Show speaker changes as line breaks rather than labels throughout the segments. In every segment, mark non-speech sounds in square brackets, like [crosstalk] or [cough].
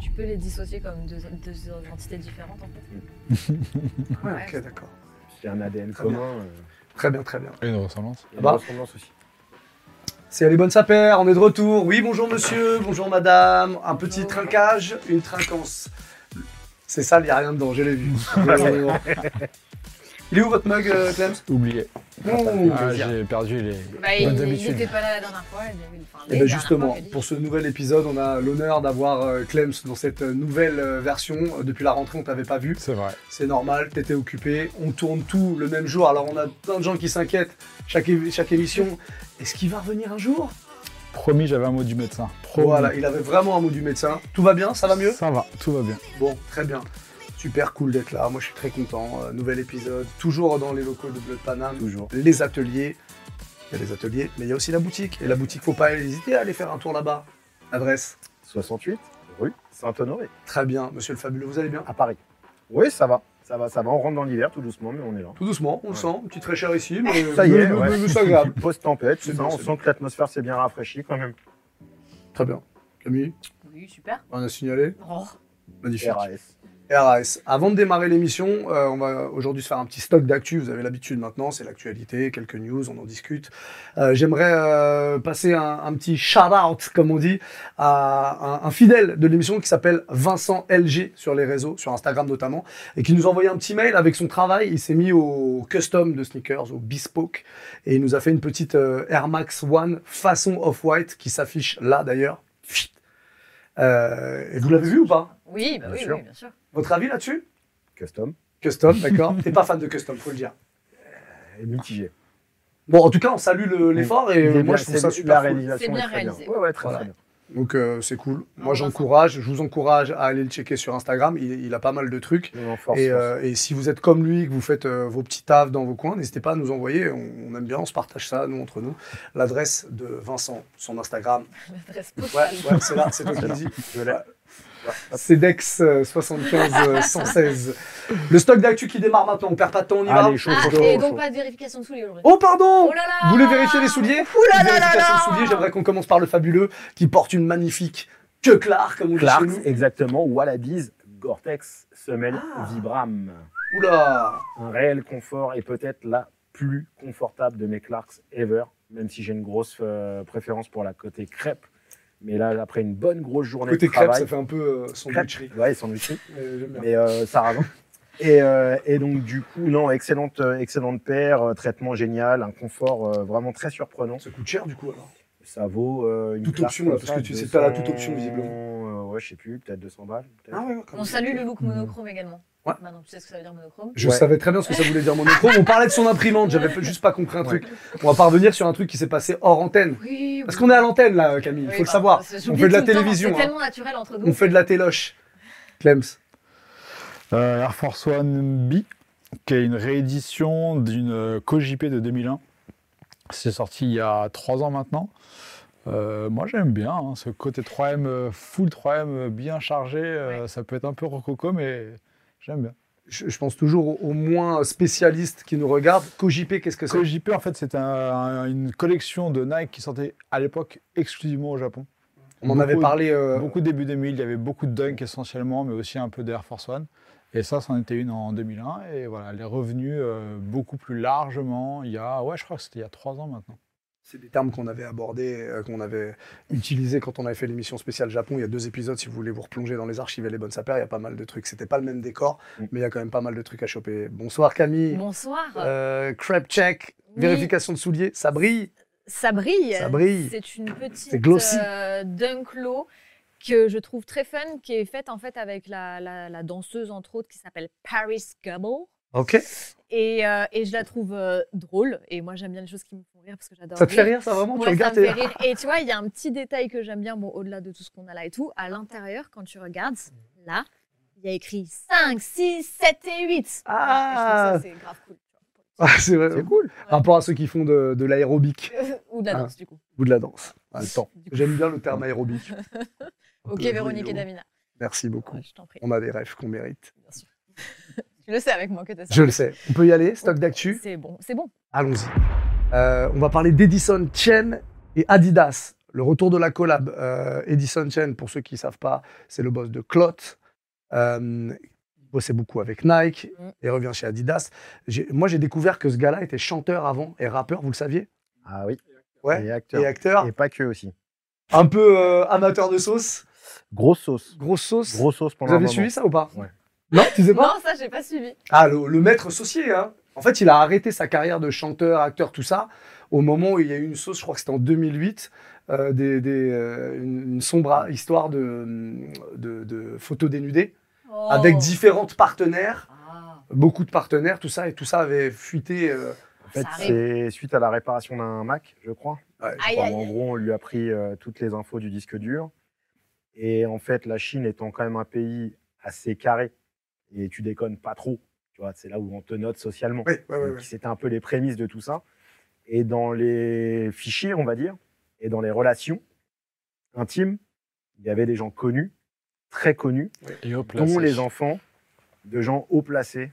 Tu peux les dissocier comme deux, deux entités différentes en fait.
Ouais,
Ouais.
ok, d'accord.
C'est un ADN
Très bien.
commun. euh,
Très bien, très bien.
Et une ressemblance.
Il y a
Bah.
des ressemblances aussi.
C'est les bonnes sapères, on est de retour. Oui, bonjour monsieur, bonjour madame. Un petit trinquage, une trinquance. C'est sale, il n'y a rien dedans, je l'ai vu. il est où votre mug, euh, Clems
Oublié.
Ouh,
Ah,
plaisir.
j'ai perdu les.
Bah, il
Comme
il
d'habitude.
n'était pas là la dernière fois. Il avait, enfin,
Et
les dernières
bien Eh ben, justement,
fois, il a
pour ce nouvel épisode, on a l'honneur d'avoir euh, Clems dans cette euh, nouvelle euh, version. Euh, Depuis la rentrée, on t'avait pas vu.
C'est vrai.
C'est normal, t'étais occupé. On tourne tout le même jour. Alors on a plein de gens qui s'inquiètent chaque, é- chaque émission. Est-ce qu'il va revenir un jour
Promis, j'avais un mot du médecin. Promis.
Voilà, il avait vraiment un mot du médecin. Tout va bien Ça va mieux
Ça va, tout va bien.
Bon, très bien. Super cool d'être là. Moi, je suis très content. Euh, nouvel épisode, toujours dans les locaux de Blood Panam.
Toujours.
Les ateliers. Il y a les ateliers, mais il y a aussi la boutique. Et la boutique, faut pas hésiter à aller faire un tour là-bas. Adresse.
68, rue Saint-Honoré,
Très bien, monsieur le fabuleux, vous allez bien
à Paris. Oui, ça va. Ça va, ça va. On rentre dans l'hiver tout doucement, mais on est là.
Tout doucement, on le
Ouais.
sent. Petite fraîcheur ici, mais
Ça y est,
mais-
ouais.
mais- mais c'est
[laughs]
agréable.
Post-tempête, tout
C'est
ça,
bon,
on
c'est
sent que l'atmosphère s'est bien rafraîchie quand même.
Très bien. Camille,
parlé. Oui, super.
on a signalé.
Oh.
Magnifique.
RAS.
RAS. euh, Avant de démarrer l'émission, euh, on va aujourd'hui se faire un petit stock d'actu. Vous avez l'habitude maintenant, c'est l'actualité, quelques news, on en discute. Euh, J'aimerais euh, passer un, un petit shout-out, comme on dit, à un, un fidèle de l'émission qui s'appelle Vincent LG sur les réseaux, sur Instagram notamment, et qui nous a envoyé un petit mail avec son travail. Il s'est mis au custom de sneakers, au bespoke, et il nous a fait une petite euh, Air Max One façon Off-White qui s'affiche là d'ailleurs. Pfft. Euh, et vous l'avez vu ou pas
Oui, bah
Bien
oui,
sûr.
oui, bien sûr. [laughs]
Votre avis là-dessus
Custom. [laughs]
Custom, d'accord. T'es pas fan de custom, faut le dire.
Et mitigé.
Bon, en tout cas, on salue le- l'effort et
Il est
euh,
bien,
moi je trouve
c'est-
ça
La
super cool.
réalisation
C'est bien
est très
réalisé.
Bien. Ouais, ouais, très,
Voilà.
très bien.
Donc euh, c'est cool. Moi
Ouais,
j'encourage, je vous encourage à aller le checker sur Instagram. Il, il a pas mal de trucs.
Non, non, force,
Et,
force.
euh, et si vous êtes comme lui, que vous faites euh, vos petits tafs dans vos coins, n'hésitez pas à nous envoyer. On, on aime bien, on se partage ça, nous, entre nous. L'adresse de Vincent, son Instagram.
L'adresse
Ouais,
postale.
ouais c'est là, c'est toi qui le
C'est là.
dis.
Je l'ai.
Cedex 7515116. euh, Le stock d'actu qui démarre maintenant, on perd pas de temps, on y va.
Allez, chaud,
Ah,
chaud, chaud,
et
chaud.
donc pas de vérification de souliers aujourd'hui.
Oh pardon
Oh là là
Vous voulez vérifier les souliers
Ouh là là là
Vérification
là
de souliers, j'aimerais qu'on commence par le fabuleux qui porte une magnifique que Clark, comme on dit chez
Clarks,
nous.
exactement. Wallabies, Gore-Tex, semelle,
Ah.
Vibram.
Oula
Un réel confort et peut-être la plus confortable de mes Clarks ever, même si j'ai une grosse euh, préférence pour la côté crêpe. Mais là, après une bonne grosse journée
Côté
de
crêpe,
travail,
ça fait un peu euh, sandwicherie.
crêpe,
[laughs]
ouais, sandwicherie,
Euh, j'aime bien.
mais euh, ça ravin. Et, euh, et donc du coup, non, excellente, euh, excellente paire, euh, traitement génial, un confort euh, vraiment très surprenant.
Ça coûte cher du coup alors.
Ça vaut euh, une
Toute
Clark
option,
comme
là, parce
ça,
que tu sais, t'as la toute
200,
option, visiblement. Ah
euh, ouais, je sais plus, peut-être 200 balles. peut-être.
ouais,
On salue le look monochrome également.
Hmm. Ouais.
Maintenant, tu sais ce que ça veut dire monochrome
Je
Ouais.
savais très bien ce que ça voulait dire mon micro. On parlait de son imprimante, j'avais p- juste pas compris un truc. On va pas revenir sur un truc qui s'est passé hors antenne.
Oui.
Parce qu'on est à l'antenne là, Camille, il faut
bah,
le savoir. On fait de la télévision.
C'est
hein.
tellement naturel entre nous.
On fait de la téloche. Clems.
Euh, Air Force One B, qui est une réédition d'une euh, CoJP de 2001. C'est sorti il y a 3 ans maintenant. Euh, moi j'aime bien hein, ce côté 3M, euh, full 3M, euh, bien chargé. euh, Ça peut être un peu rococo, mais j'aime bien.
Je, je pense toujours au- au moins spécialiste qui nous regarde. Cogipé, qu'est-ce que c'est
CoJP en fait, c'est un- une collection de Nike qui sortait à l'époque exclusivement au Japon.
On en avait
Beaucoup-
parlé. euh,
Beaucoup début 2000, il y avait beaucoup de Dunk essentiellement, mais aussi un peu d'Air Force One. Et ça, c'en était une en 2001. Et voilà, elle est revenue euh, beaucoup plus largement il y a, ouais, je crois que c'était il y a trois ans maintenant.
C'est des termes qu'on avait abordés, euh, qu'on avait utilisés quand on avait fait l'émission spéciale Japon. Il y a deux épisodes, si vous voulez vous replonger dans les archives et les bonnes sapeurs, il y a pas mal de trucs. C'était pas le même décor,
Mm.
mais il y a quand même pas mal de trucs à choper. Bonsoir Camille.
Bonsoir.
Euh, crêpe check,
Oui.
vérification de souliers, ça brille.
Ça brille.
Ça brille.
C'est une petite
C'est glossy.
euh, dunk low que je trouve très fun, qui est faite en fait avec la, la- la danseuse entre autres qui s'appelle Paris Gumble.
Ok.
Et, euh, et je la trouve euh, drôle. Et moi j'aime bien les choses qui me font rire parce que j'adore.
Ça te fait rire, ça vraiment Tu hein?
Ouais, ça
regardes
me
et-
fait rire. Et tu vois, il y a un petit détail que j'aime bien, bon, au-delà de tout ce qu'on a là et tout, à l'intérieur, quand tu regardes, là, il y a écrit 5, 6, 7 et 8.
Ah.
Et je trouve ça, c'est grave cool.
Ah, c'est vrai.
C'est cool.
Rapport à ceux qui font de, de l'aérobic
Ou de la
Ah.
danse, du coup.
ou de la danse. Ah,
Le temps.
Du coup.
J'aime bien le terme aérobic.
[laughs] Ok,
Euh,
Véronique et
voyons.
Davina.
Merci beaucoup.
Ouais, je t'en prie,
On a des rêves qu'on mérite.
bien sûr. [laughs] tu le sais avec moi que t'as ça.
Je le sais. On peut y aller, stock d'actu.
C'est bon, c'est bon.
Allons-y. Euh, on va parler d'Edison Chen et Adidas. Le retour de la collab, euh, Edison Chen, pour ceux qui ne savent pas, c'est le boss de Clot. Euh, il bossait beaucoup avec Nike
Mm.
et revient chez Adidas. J'ai- Moi, j'ai découvert que ce gars-là était chanteur avant et rappeur, vous le saviez
Ah oui.
Ouais,
Et acteur.
Et acteur,
Et pas que aussi.
un peu euh, amateur de sauce,
Grosse sauce.
grosse sauce.
Grosse sauce pendant
vous avez
un moment.
suivi ça ou pas
Ouais.
Non, tu sais pas
Non, ça, j'ai pas suivi.
Ah, le, le maître saucier, hein. En fait, il a arrêté sa carrière de chanteur, acteur, tout ça, au moment où il y a eu une sauce, je crois que c'était en 2008, euh, des, des, euh, une, une sombre histoire de, de, de photos dénudées,
Oh.
Ah, avec différentes partenaires,
Ah.
beaucoup de partenaires, tout ça, et tout ça avait fuité. euh,
En fait,
Ça arrive.
c'est suite à la réparation d'un Mac, je crois.
ouais.
Aïe,
Enfin,
aïe,
en
aïe.
gros, on lui a pris euh, toutes les infos du disque dur. Et en fait, la Chine étant quand même un pays assez carré, et tu déconnes pas trop, tu vois, c'est là où on te note socialement.
Oui, ouais, ouais,
Donc,
ouais.
C'était un peu les prémices de tout ça. Et dans les fichiers, on va dire, et dans les relations intimes, il y avait des gens connus, très connus,
Et hop là,
dont
c'est-
les enfants de gens haut placés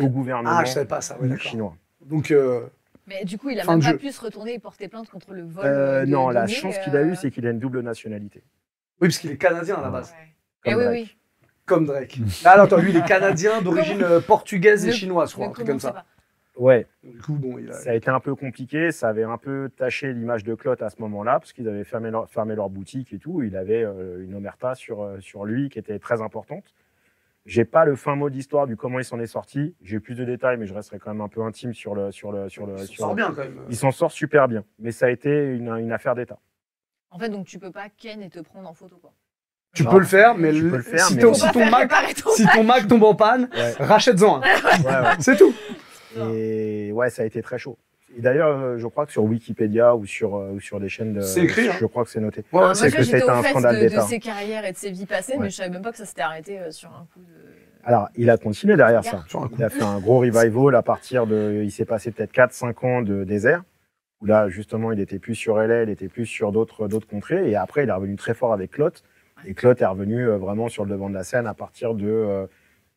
au gouvernement
Ah, je savais pas ça, ouais, d'accord.
chinois.
Donc, euh,
Mais du coup, il a
Fin
même
de
pas
jeu.
pu se retourner et porter plainte contre le vol.
Euh,
de
non, la
données,
chance qu'il a
euh,
eue, c'est qu'il a une double nationalité.
oui, parce qu'il est canadien à
Ah.
la base,
ouais.
comme
Eh oui,
Drake.
oui.
comme Drake. Ah, non, attends, lui, il est canadien d'origine euh, portugaise et
Le-
chinoise, je crois,
Mais
un
comment
truc comme
on sait
ça.
pas
Ouais,
Du coup, bon,
Bah
il a.
ça a été un peu compliqué, ça avait un peu taché l'image de Clot à ce moment-là, parce qu'ils avaient fermé leur, fermé leur boutique et tout. Il avait euh, une omerta sur, euh, sur lui qui était très importante. J'ai pas le fin mot de l'histoire du comment il s'en est sorti. J'ai plus de détails, mais je resterai quand même un peu intime sur le. Sur le, sur le,
Il s'en
sur
sort
le-
bien quand même.
Il s'en sort super bien, mais ça a été une, une affaire d'État.
En fait, donc tu peux pas ken et te prendre en photo. Quoi.
Tu
Non.
peux le faire, mais,
Tu
le-
peux le faire,
si,
mais-
ton-
Faut
si
Pas
ton
faire
Mac
réparer ton-
si ton Mac tombe en panne,
Ouais.
rachète-en un.
Ouais, ouais.
[laughs] C'est tout.
Et ouais, ça a été très chaud. Et d'ailleurs, euh, je crois que sur Wikipédia ou sur, euh, ou sur des chaînes de.
C'est écrit, hein.
Je crois que c'est noté.
Ah, moi,
c'est
ça,
que
j'étais
c'était
au
un
fait
scandale
de, de
d'État.
ses carrières et de ses vies passées, mais
Ouais.
je savais même pas que ça s'était arrêté euh, sur un coup de.
Alors, il a continué derrière ça.
Sur un coup.
Il a fait un gros revival à partir de. Il s'est passé peut-être 4-5 ans de désert, où là, justement, il était plus sur LA, il était plus sur d'autres d'autres contrées. Et après, il est revenu très fort avec Clot. Et Clot est revenu euh, vraiment sur le devant de la scène à partir de euh,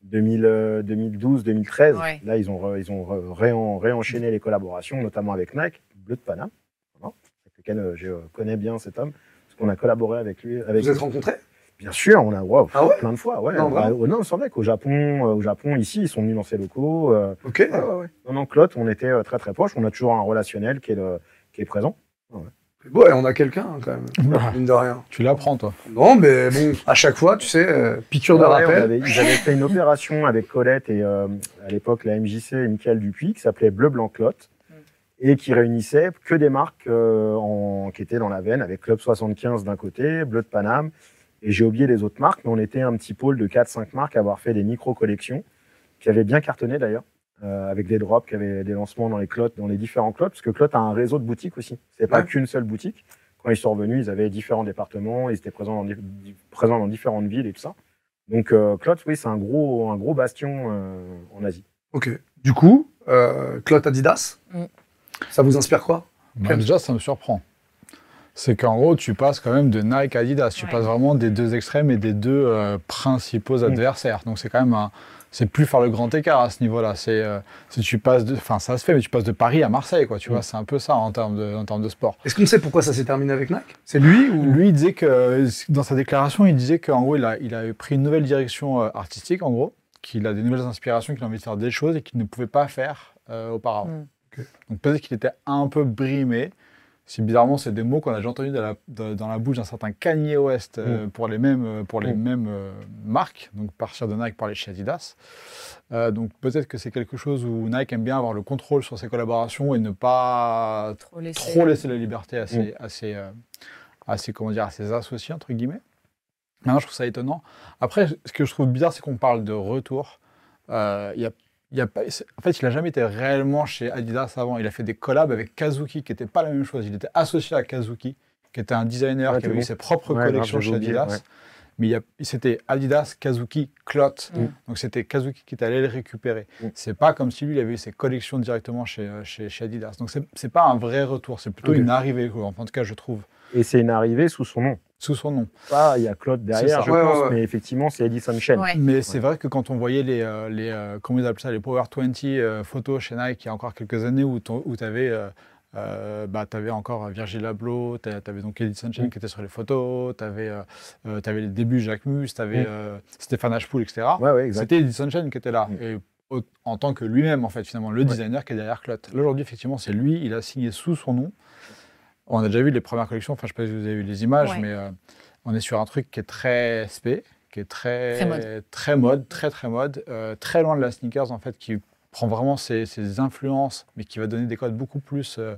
2000, euh, 2012, 2013.
Ouais.
Là, ils ont, re- ils ont re- réen- réenchaîné les collaborations, notamment avec Nike, Bleu de Paname, voilà, avec lequel euh, je connais bien cet homme, parce qu'on a collaboré avec lui. Avec
Vous êtes
lui.
rencontrés
Bien sûr, on a wow,
Ah ouais
plein de fois. Ouais,
Non,
Bah,
vraiment
oh, non, sans mec, au Japon, euh, au Japon, ici, ils sont venus dans ces locaux. euh,
Ok.
Ouais, ouais, ouais. Non, non, Claude, on était euh, très très proches. On a toujours un relationnel qui est, le- qui est présent.
Bon, et on a quelqu'un hein, quand même.
Oula,
Mine de rien.
Tu l'apprends, toi.
Non, mais bon, à chaque fois, tu sais, euh, piqûre de
Ah Ouais, ouais, on
rappel.
avait- ils avaient fait une opération avec Colette et euh, à l'époque la MJC et Michael Dupuis qui s'appelait Bleu Blanc Claude et qui réunissait que des marques euh, en- qui étaient dans la veine avec Club 75 d'un côté, Bleu de Paname et j'ai oublié les autres marques, mais on était un petit pôle de 4-5 marques à avoir fait des micro-collections qui avaient bien cartonné d'ailleurs. euh, avec des drops, qui avaient des lancements dans les clottes, dans les différents clottes, parce que Clot a un réseau de boutiques aussi. C'est pas
Ouais.
qu'une seule boutique. Quand ils sont revenus, ils avaient différents départements, ils étaient présents dans, di- di- présents dans différentes villes et tout ça. Donc euh, Clot, oui, c'est un gros, un gros bastion euh, en Asie.
Ok. Du coup, euh, Clot Adidas,
Mm.
ça vous inspire quoi
Bah,
Quel-
déjà, ça me surprend. C'est qu'en gros, tu passes quand même de Nike à Adidas. Tu
Ouais.
passes vraiment des deux extrêmes et des deux euh, principaux
Mm.
adversaires. Donc c'est quand même un... C'est plus faire le grand écart à ce niveau-là. C'est euh, si tu passes de, enfin ça se fait, mais tu passes de Paris à Marseille,
Mm.
quoi. Tu vois, c'est un peu ça en termes de, en termes de sport.
Est-ce qu'on sait pourquoi ça s'est terminé avec Nike C'est lui ou
Lui, il disait que euh, dans sa déclaration, il disait qu'en gros, il, a, il avait pris une nouvelle direction euh, artistique, en gros, qu'il a des nouvelles inspirations, qu'il a envie de faire des choses et qu'il ne pouvait pas faire euh, auparavant.
Mm.
Ok.
Donc peut-être qu'il était un peu brimé. Si bizarrement, c'est des mots qu'on a déjà entendus dans la, de- dans la bouche d'un certain Kanye West euh, pour les mêmes, euh, pour les
Mm.
mêmes euh, marques, donc partir de Nike, parler chez Adidas. Euh, donc peut-être que c'est quelque chose où Nike aime bien avoir le contrôle sur ses collaborations et ne pas
Trop laissé.
trop laisser la liberté à ses, à ses, euh, à ses, comment dire, à ses associés, entre guillemets. Maintenant, je trouve ça étonnant. Après, ce que je trouve bizarre, c'est qu'on parle de retour. Euh, il y a, il y a pas- c'est- en fait, il n'a jamais été réellement chez Adidas avant. Il a fait des collabs avec Kazuki, qui n'était pas la même chose. Il était associé à Kazuki, qui était un designer
Ouais,
qui avait
t'es
eu
bon.
ses propres
Ouais,
collections
grave,
chez
j'avais oublié,
Adidas.
ouais.
Mais il y a- c'était Adidas, Kazuki, Klot.
Mm.
Donc c'était Kazuki qui est allé le récupérer.
Mm.
C'est pas comme si lui il avait eu ses collections directement chez, euh, chez, chez Adidas. Donc c'est c'est pas un vrai retour, c'est plutôt
Ok.
une arrivée. quoi. Enfin, en tout cas, je trouve
Et c'est une arrivée sous son nom.
sous son nom.
Pas, il y a Claude
C'est ça.
derrière, je
Ouais,
pense,
ouais, ouais.
mais effectivement, c'est Edison Chen.
Ouais.
Mais c'est vrai que quand on voyait les, euh, les euh, comment ils appellent ça, les Power 20 euh, photos chez Nike il y a encore quelques années où tu avais euh, bah, tu avais encore Virgil Abloh, tu avais donc Edith Sanchez
Mm.
qui était sur les photos, tu avais, les débuts Jacques Mus, tu avais
Mm.
Stéphane Ashpool, etc.
Ouais, ouais, exact.
C'était Edith Sanchez qui était là.
Mm.
Et au- en tant que lui-même, en fait, finalement, le designer qui est derrière Clot. Là, aujourd'hui, effectivement, c'est lui, il a signé sous son nom. On a déjà vu les premières collections, enfin, je ne sais pas si vous avez vu les images,
Ouais.
mais euh, on est sur un truc qui est très spé, qui est très,
Très mode.
très mode, très, très mode, euh, très loin de la sneakers, en fait, qui prend vraiment ses, ses influences, mais qui va donner des codes beaucoup plus, euh,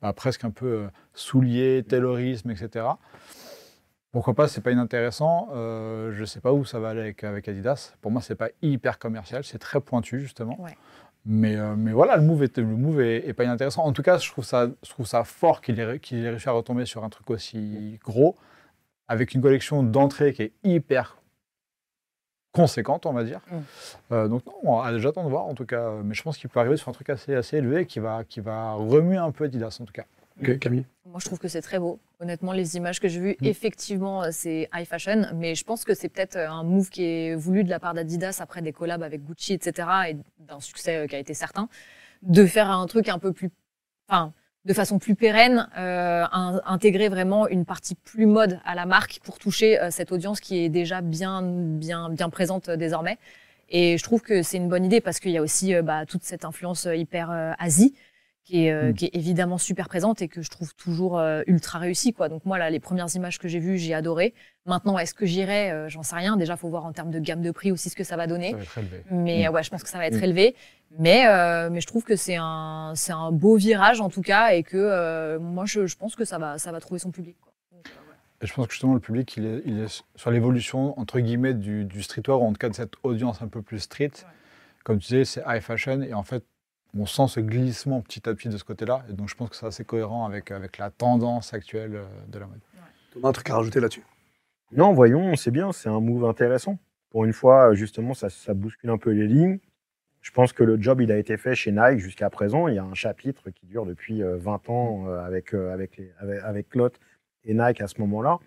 bah, presque un peu euh, souliers, taylorisme, etc. Pourquoi pas, c'est pas inintéressant. Euh, je sais pas où ça va aller avec, avec Adidas. Pour moi, c'est pas hyper commercial, c'est très pointu justement.
Ouais.
Mais, euh, mais voilà, le move, est, le move est, est pas inintéressant. En tout cas, je trouve ça, je trouve ça fort qu'il ait, ré- qu'il ait réussi à retomber sur un truc aussi gros, avec une collection d'entrée qui est hyper conséquente, on va dire.
Mm.
Euh, donc non, on- j'attends de voir en tout cas. Euh, Mais je pense qu'il peut arriver sur un truc assez, assez élevé qui va, qui va remuer un peu Adidas en tout cas.
Ok, Camille.
Moi, je trouve que c'est très beau. Honnêtement, les images que j'ai vues,
Mm.
effectivement, euh, c'est high fashion, mais je pense que c'est peut-être euh, un move qui est voulu de la part d'Adidas après des collabs avec Gucci, etc., et d'un succès euh, qui a été certain, de faire un truc un peu plus, enfin, de façon plus pérenne, euh, un- intégrer vraiment une partie plus mode à la marque pour toucher euh, cette audience qui est déjà bien, bien, bien présente euh, désormais. Et je trouve que c'est une bonne idée parce qu'il y a aussi euh, bah, toute cette influence euh, hyper euh, Asie qui est, euh,
Mm.
qui est évidemment super présente et que je trouve toujours euh, ultra réussie. Quoi. Donc moi, là, les premières images que j'ai vues, j'ai adoré. Maintenant, est-ce que j'irai Euh, J'en sais rien. Déjà, faut voir en termes de gamme de prix aussi ce que ça va donner.
Ça va être élevé.
Mais
Mm.
euh, ouais, je pense que ça va être
Mm.
élevé. Mais, euh, mais je trouve que c'est un, c'est un beau virage en tout cas et que euh, moi, je, je pense que ça va, ça va trouver son public. quoi. Donc, euh, voilà.
Et je pense que justement, le public, il est, il est sur l'évolution, entre guillemets, du, du streetwear, ou en tout cas de cette audience un peu plus street. Comme tu disais, c'est high fashion, et en fait, on sent ce glissement petit à petit de ce côté-là. Et donc, je pense que c'est assez cohérent avec, avec la tendance actuelle euh, de la mode.
Thomas, un truc à rajouter là-dessus.
Non, voyons, c'est bien, c'est un move intéressant. Pour une fois, justement, ça, ça bouscule un peu les lignes. Je pense que le job, il a été fait chez Nike jusqu'à présent. Il y a un chapitre qui dure depuis euh, 20 ans euh, avec, euh, avec, les, avec, avec Klot et Nike à ce moment-là.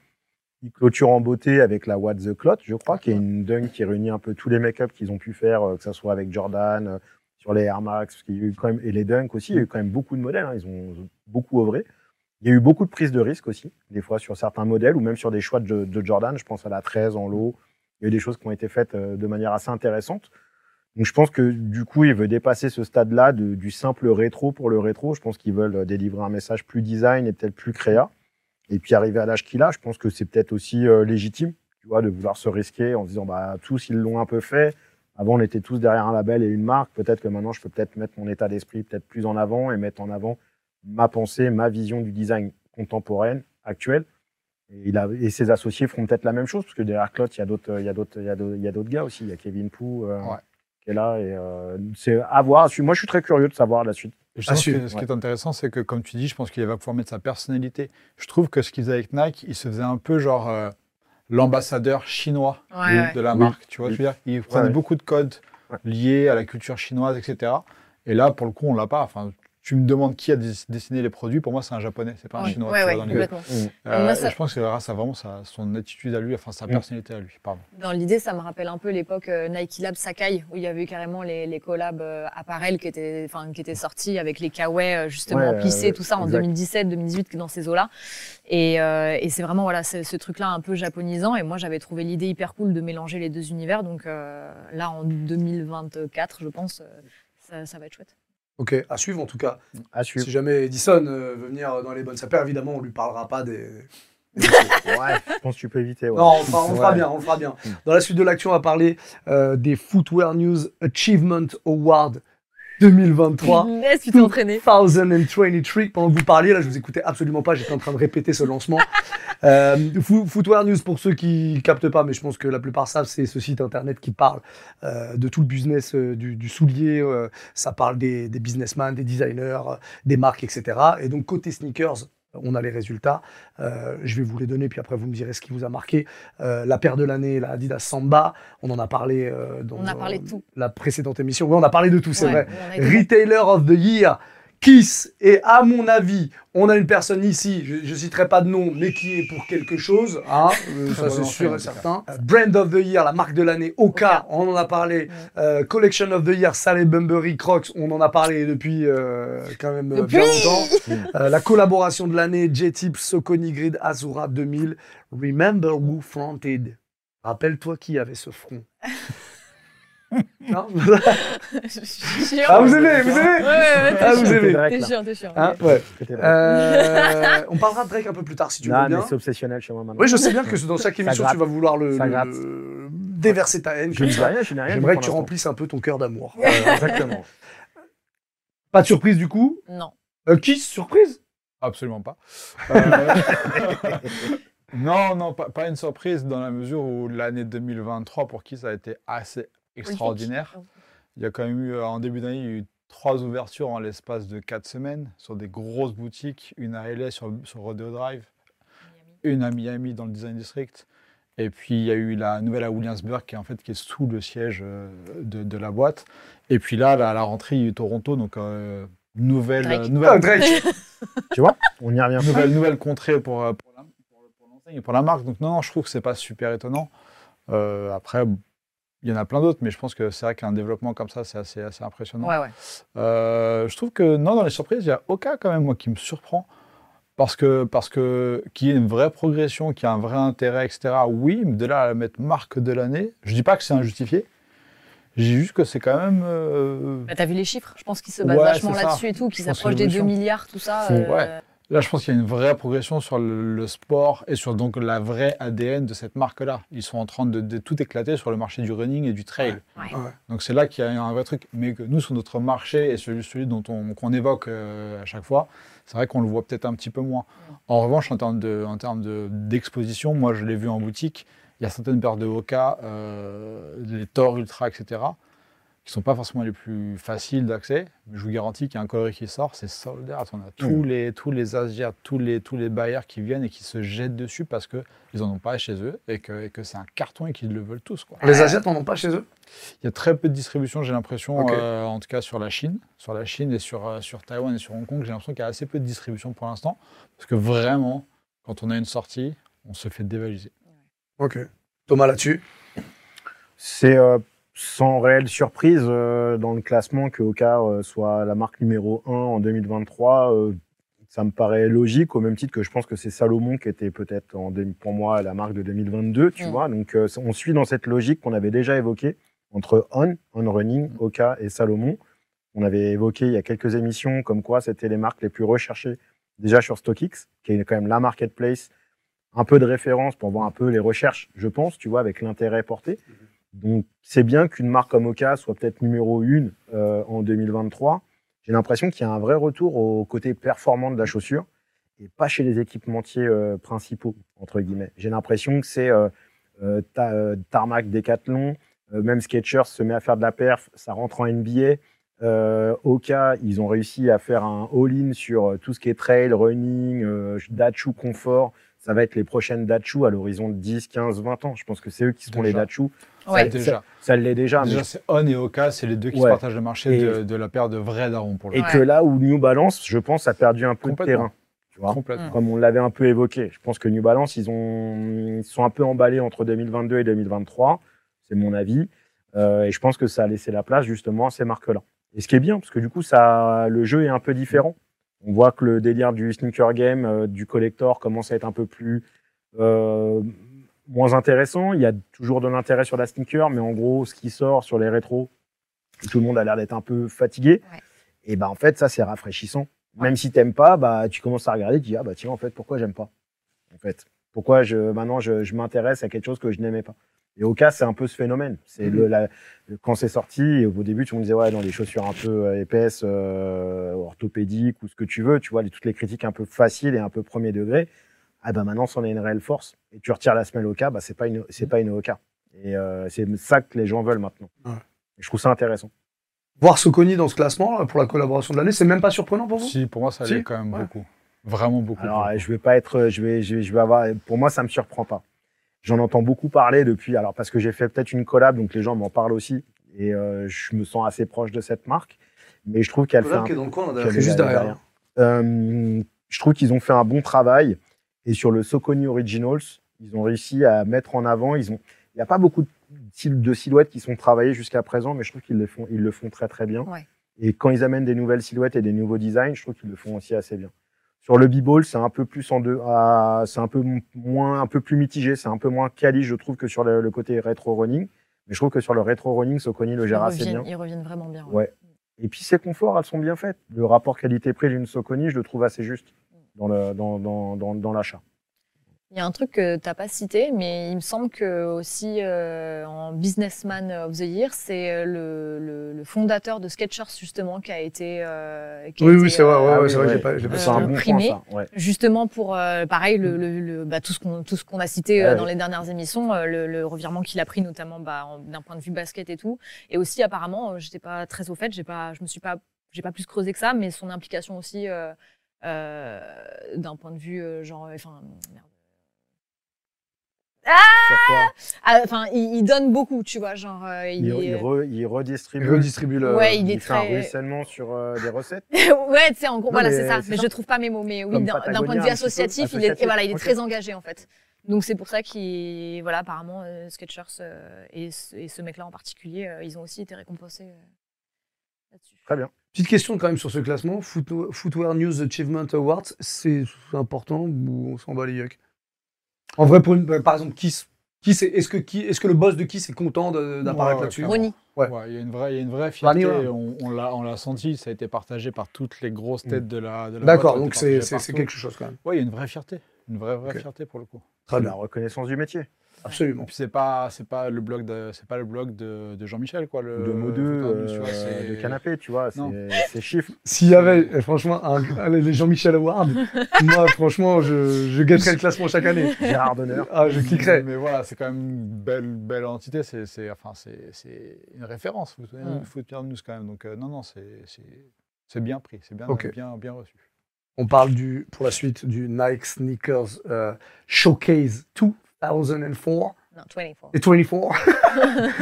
Il clôture en beauté avec la What the Clot, je crois, qui est une dunk qui réunit un peu tous les make-up qu'ils ont pu faire, euh, que ce soit avec Jordan, euh, sur les Air Max, parce qu'il y a eu quand même, et les dunks aussi. Il y a eu quand même beaucoup de modèles. hein. ils ont- ils ont beaucoup œuvré. Il y a eu beaucoup de prises de risques aussi, des fois sur certains modèles ou même sur des choix de, de Jordan. Je pense à la 13 en lot. Il y a eu des choses qui ont été faites euh, de manière assez intéressante. Donc je pense que du coup, il veut dépasser ce stade-là de- du simple rétro pour le rétro. Je pense qu'ils veulent euh, délivrer un message plus design et peut-être plus créa. Et puis arriver à l'âge qu'il a, je pense que c'est peut-être aussi euh, légitime, tu vois, de vouloir se risquer en se disant bah tous ils l'ont un peu fait. Avant, on était tous derrière un label et une marque. Peut-être que maintenant, je peux peut-être mettre mon état d'esprit peut-être plus en avant et mettre en avant ma pensée, ma vision du design contemporaine, actuelle. Et, il a, et ses associés feront peut-être la même chose, parce que derrière Claude, il y a d'autres, euh, il y a d'autres, il y a d'autres- il y a d'autres gars aussi. Il y a Kevin Pou euh,
Ouais.
qui est là. Et euh, c'est à voir. à suivre. Moi, je suis très curieux de savoir la suite.
Et je
À
pense que
suivre,
ce qui est intéressant, c'est que, comme tu dis, je pense qu'il va pouvoir mettre sa personnalité. Je trouve que ce qu'ils faisaient avec Nike, ils se faisaient un peu genre euh, l'ambassadeur chinois
Ouais, ouais.
de la
Oui.
marque. Tu vois,
Oui.
je veux dire, ils prenaient
ouais.
beaucoup de codes
Ouais.
liés à la culture chinoise, etc. Et là, pour le coup, on l'a pas. Enfin, tu me demandes qui a dess- dessiné les produits. Pour moi, c'est un japonais, c'est pas un
Ouais,
chinois.
ouais,
tu vois,
ouais,
dans les-
complètement.
Euh,
Moi, ça-
et Je pense que Lara, ça vraiment ça, son attitude à lui, enfin sa
Mm.
personnalité à lui. Pardon.
Dans l'idée, ça me rappelle un peu l'époque euh, Nike Lab Sakai, où il y avait eu carrément les, les collabs euh, apparel qui étaient, enfin, qui étaient sortis avec les Kawaii, euh, justement,
Ouais,
plissés,
euh,
tout ça, en
exact.
2017, 2018, dans ces eaux-là. Et, euh, et c'est vraiment, voilà, ce, ce truc-là un peu japonisant. Et moi, j'avais trouvé l'idée hyper cool de mélanger les deux univers. Donc euh, là, en 2024, je pense, euh, ça, ça va être chouette.
Ok, à suivre en tout cas.
À suivre.
Si jamais Edison euh, veut venir dans les bonnes sapeurs, évidemment, on lui parlera pas des,
[laughs] Ouais, je pense que tu peux éviter. ouais.
Non, on, fera- on fera
Ouais.
bien, on fera bien.
Mm.
Dans la suite de l'action, on va parler euh, des Footwear News Achievement Award
[laughs]
2023.
Laisse, tu t'es entraîné.
2023. Pendant que vous parliez, là, je vous écoutais absolument pas, j'étais en train de répéter ce lancement. Euh, Fo- Footwear News, pour ceux qui captent pas, mais je pense que la plupart savent, c'est ce site internet qui parle euh, de tout le business euh, du, du soulier. euh, ça parle des, des businessmen, des designers, euh, des marques, etc. Et donc, côté sneakers, on a les résultats. Euh, je vais vous les donner, puis après, vous me direz ce qui vous a marqué. Euh, la paire de l'année, la Adidas Samba, on en a parlé euh, dans
On a parlé
euh,
de tout.
la précédente émission. Oui, on a parlé de tout,
[laughs]
c'est
Ouais,
vrai.
on a été-
Retailer of the Year, Kiss. Et à mon avis, on a une personne ici, je ne citerai pas de nom, mais qui est pour quelque chose. hein, euh, ça,
Bon,
c'est
non,
sûr
c'est-
et certain. Euh, Brand of the Year, la marque de l'année, Oka, on en a parlé. Euh, Collection of the Year, Salé Bumbery, Crocs, on en a parlé depuis euh, quand même euh, bien
Depuis
longtemps. Euh, la collaboration de l'année, J-Tip, Soconi Grid, Azura 2000. Remember who fronted. Rappelle-toi qui avait ce front. Non Ah, vous aimez, vous
Ouais,
aimez
ouais, ouais, t'es
Ah, vous
chiant.
aimez.
T'es chiant, t'es chiant.
Hein,
Ouais.
ouais.
C'était vrai.
[laughs] Euh, on parlera de Drake un peu plus tard si tu
non,
veux bien.
mais c'est obsessionnel chez moi maintenant.
Oui, je sais bien que dans chaque émission,
gratte.
tu vas vouloir le,
Ça
le-
gratte.
déverser ta haine.
Je ne dis rien, je n'ai rien.
J'aimerais
dit
que tu
pour
remplisses un peu ton cœur d'amour.
l'instant. Voilà, exactement.
Pas de surprise du coup.
Non.
Euh, Kiss, surprise
Absolument pas. Euh, non, non, pas, pas une surprise dans la mesure où l'année 2023, pour qui ça a été assez extraordinaire. Il y a quand même eu, euh, en début d'année, il y a eu trois ouvertures en l'espace de quatre semaines sur des grosses boutiques, une à LA sur, sur Rodeo Drive, une à Miami dans le Design District. Et puis il y a eu la nouvelle à Williamsburg qui est en fait qui est sous le siège euh, de, de la boîte. Et puis là, là, à la rentrée, il y a eu Toronto, donc euh, nouvelle,
Drake.
nouvelle,
Ah, Drake
On y revient.
nouvelle, nouvelle contrée pour, euh, pour la- pour le- pour l'enseigne et pour la marque. Donc non, non, je trouve que c'est pas super étonnant. Euh, après, il y en a plein d'autres, mais je pense que c'est vrai qu'un développement comme ça, c'est assez, assez impressionnant.
Ouais, ouais.
Euh, je trouve que non, dans les surprises, il y a Oka quand même, moi, qui me surprend. Parce que, parce que qu'il y ait une vraie progression, qu'il y ait un vrai intérêt, etc. Oui, mais de là à la mettre marque de l'année, je dis pas que c'est injustifié. Je dis juste que c'est quand même. euh,
Bah, t'as vu les chiffres Je pense qu'ils se basent
Ouais,
vachement
c'est ça.
là-dessus et tout, qu'ils
pense que
approchent des 2
l'évolution.
milliards, tout ça.
C'est-
euh,
ouais. Là, je pense qu'il y a une vraie progression sur le, le sport et sur donc la vraie ADN de cette marque-là. Ils sont en train de, de tout éclater sur le marché du running et du trail.
Ouais.
Ouais.
Donc c'est là qu'il y a un vrai truc. Mais que nous, sur notre marché et celui, celui dont on, qu'on évoque euh, à chaque fois, c'est vrai qu'on le voit peut-être un petit peu moins. En revanche, en termes, de, en termes de- d'exposition, moi, je l'ai vu en boutique. Il y a certaines paires de Hoka, euh, les Thor Ultra, etc., qui sont pas forcément les plus faciles d'accès. Mais je vous garantis qu'il y a un coloris qui sort, c'est sold out. On a tous les, tous les Asiates, tous les, tous les bailleurs qui viennent et qui se jettent dessus parce qu'ils n'en ont pas chez eux et que, et que c'est un carton et qu'ils le veulent tous. Quoi.
Les Asiates n'en ont pas chez eux
Il y a très peu de distribution, j'ai l'impression,
Ok.
euh, en tout cas sur la Chine. Sur la Chine et sur, euh, sur Taïwan et sur Hong Kong, j'ai l'impression qu'il y a assez peu de distribution pour l'instant. Parce que vraiment, quand on a une sortie, on se fait dévaliser.
Ok. Thomas là-dessus
C'est euh, sans réelle surprise euh, dans le classement que Oka euh, soit la marque numéro 1 en 2023. euh, ça me paraît logique, au même titre que je pense que c'est Salomon qui était peut-être en deux- pour moi la marque de 2022, tu
Mm.
vois. Donc euh, on suit dans cette logique qu'on avait déjà évoquée entre On, On Running, Oka et Salomon. On avait évoqué il y a quelques émissions comme quoi c'était les marques les plus recherchées déjà sur StockX, qui est quand même la marketplace, un peu de référence pour voir un peu les recherches, je pense, tu vois, avec l'intérêt porté. Donc, c'est bien qu'une marque comme Oka soit peut-être numéro une euh, en 2023. J'ai l'impression qu'il y a un vrai retour au côté performant de la chaussure et pas chez les équipementiers euh, principaux, entre guillemets. J'ai l'impression que c'est euh, euh, ta- euh, Tarmac, Decathlon, euh, même Skechers se met à faire de la perf, ça rentre en NBA. Euh, Oka, ils ont réussi à faire un all-in sur euh, tout ce qui est trail, running, euh, Dachu confort. Ça va être les prochaines Dachu à l'horizon de 10, 15, 20 ans. Je pense que c'est eux qui seront les
Déjà.
Dachu.
Ouais.
Ça, déjà,
Ça l'est déjà. mais
déjà c'est On et Oka, c'est les deux qui
Ouais.
se partagent le marché
Et-
de, de la paire de vrais darons pour le
Et
Ouais.
que là où New Balance, je pense, a perdu un peu de
Complètement.
terrain. Tu vois
Complètement.
Comme on l'avait un peu évoqué, je pense que New Balance, ils, ont, ils sont un peu emballés entre 2022 et 2023. C'est mon avis. Euh, et je pense que ça a laissé la place justement à ces marques-là. Et ce qui est bien, parce que du coup, ça, le jeu est un peu différent. On voit que le délire du sneaker game, euh, du collector, commence à être un peu plus euh, moins intéressant. Il y a toujours de l'intérêt sur la sneaker, mais en gros, ce qui sort sur les rétros, tout le monde a l'air d'être un peu fatigué.
Ouais.
Et bah en fait, ça c'est rafraîchissant. Même si t'aimes pas, bah tu commences à regarder, tu dis ah bah tiens en fait pourquoi j'aime pas. En fait, pourquoi je maintenant je, je m'intéresse à quelque chose que je n'aimais pas. Et au cas, c'est un peu ce phénomène. C'est le, la- le- quand c'est sorti, et au début, tout le monde disait ouais, dans les chaussures un peu euh, épaisses, euh, orthopédiques ou ce que tu veux, tu vois, les- toutes les critiques un peu faciles et un peu premier degré. Ah bah maintenant, c'en est une réelle force. Et tu retires la semelle au cas, bah c'est pas une, c'est pas une au cas. Et euh, c'est ça que les gens veulent maintenant.
Ouais.
Et Je trouve ça intéressant.
Voir Soconi dans ce classement là, pour la collaboration de l'année, c'est même pas surprenant pour vous
Si, pour moi, ça
Si.
allait quand même
Ouais.
beaucoup. Vraiment beaucoup.
Alors,
pour
euh,
le coup.
je vais pas être, je vais, je vais, je vais avoir. Pour moi, ça me surprend pas. J'en entends beaucoup parler depuis. Alors, parce que j'ai fait peut-être une collab, donc les gens m'en parlent aussi, et euh, je me sens assez proche de cette marque. mais je trouve qu'elle fait
Colin
un
qui est dans le coin, là,
qu'elle
derrière.
est
juste
derrière.
derrière.
Euh, je trouve qu'ils ont fait un bon travail. Et sur le Soconi Originals, ils ont réussi à mettre en avant. Ils ont, il n'y a pas beaucoup de, sil- de silhouettes qui sont travaillées jusqu'à présent, mais je trouve qu'ils les font, ils le font très très bien.
Ouais.
Et quand ils amènent des nouvelles silhouettes et des nouveaux designs, je trouve qu'ils le font aussi assez bien. Sur le b-ball, c'est un peu plus en deux, ah, c'est un peu m- moins, un peu plus mitigé, c'est un peu moins quali, je trouve, que sur le, le côté rétro running. Mais je trouve que sur le rétro running, Soconi le
Ils
gère assez bien.
reviennent, ils reviennent vraiment bien. ouais.
Ouais. Et puis ces conforts, elles sont bien faites. Le rapport qualité-prix d'une Soconi, je le trouve assez juste dans l'achat. Dans, dans, dans, dans l'achat.
Il y a un truc que t'as pas cité, mais il me semble que aussi euh, en Businessman of the Year, c'est euh, le, le- le fondateur de Skechers justement qui a été. euh, qui a
Oui,
été,
oui, c'est vrai,
euh,
ouais,
ah
ouais,
oui,
c'est vrai,
ouais.
je l'ai pas, je l'ai pas
Euh,
C'est
cité.
un bon point,
primé.
ça. Ouais.
Justement pour euh, pareil le, le- le- bah, tout ce qu'on tout ce qu'on a cité euh,
Ouais,
dans
ouais.
les dernières émissions, euh, le, le revirement qu'il a pris notamment bah, en- d'un point de vue basket et tout, et aussi apparemment, euh, j'étais pas très au fait, j'ai pas je me suis pas j'ai pas plus creusé que ça, mais son implication aussi euh, euh, d'un point de vue euh, genre euh, enfin merde.
Sur quoi
Ah, enfin il, il donne beaucoup tu vois genre euh, il,
il, il
est-
re- il redistribue.
Il redistribue le.
ouais il est
il fait un
très
ruissellement sur euh, des recettes.
[laughs] ouais tu sais en gros
Non,
voilà
mais
c'est ça
c'est
mais
ça.
je trouve pas mes mots mais oui
Comme
d'un d'un
Patagonia,
point de
un
vue
petit peu,
associatif, il est
associatif,
et voilà il est
ok.
très engagé en fait donc c'est pour ça qu'il voilà apparemment euh, Skechers euh, et, ce- et ce mec là en particulier euh, ils ont aussi été récompensés euh, là-dessus
Très bien.
Petite question quand même sur ce classement. Footwear, Footwear News Achievement Awards, c'est important ou on s'en bat les yeux En vrai, pour une- bah, par exemple, Kiss. Kiss est, ce que, Kiss- est-ce que le boss de Kiss est content de- d'apparaître
Ouais,
là-dessus
clairement.
Ronnie
Ouais.
Ouais, il y a une vraie, il y a une vraie fierté.
Barney, ouais.
On, on l'a, on l'a senti. Ça a été partagé par toutes les grosses têtes de la. de la
Mm. D'accord,
boîte,
donc
ça a été
c'est- c'est
partagé
c'est
partout.
quelque chose quand même.
Ouais, il y a une vraie fierté, une vraie, vraie
Ok.
fierté pour le coup.
Très
C'est la
bien,
reconnaissance du métier.
Et
absolument.
puis c'est pas, c'est pas le blog de, c'est pas le blog de, de Jean-Michel quoi. Le,
de mots d'eux,
Putain, tu vois,
euh,
c'est-
de canapé, tu vois.
Non.
C'est c'est chiffre.
S'il y avait, euh, franchement, [laughs] un, un- les Jean-Michel Award, moi, franchement, je, je gâterais le classement chaque [laughs] année.
Gérard Donner.
Ah, je cliquerais.
Mais voilà, c'est quand même une belle, belle entité. C'est, c'est- enfin, c'est, c'est une référence. Vous souvenez
Mm.
Football News quand même. Donc euh, non, non, c'est, c'est, c'est bien pris, c'est bien,
Ok.
bien, bien reçu.
On parle du, pour la suite du Nike Sneakers euh, Showcase
non 24
2004 et 24.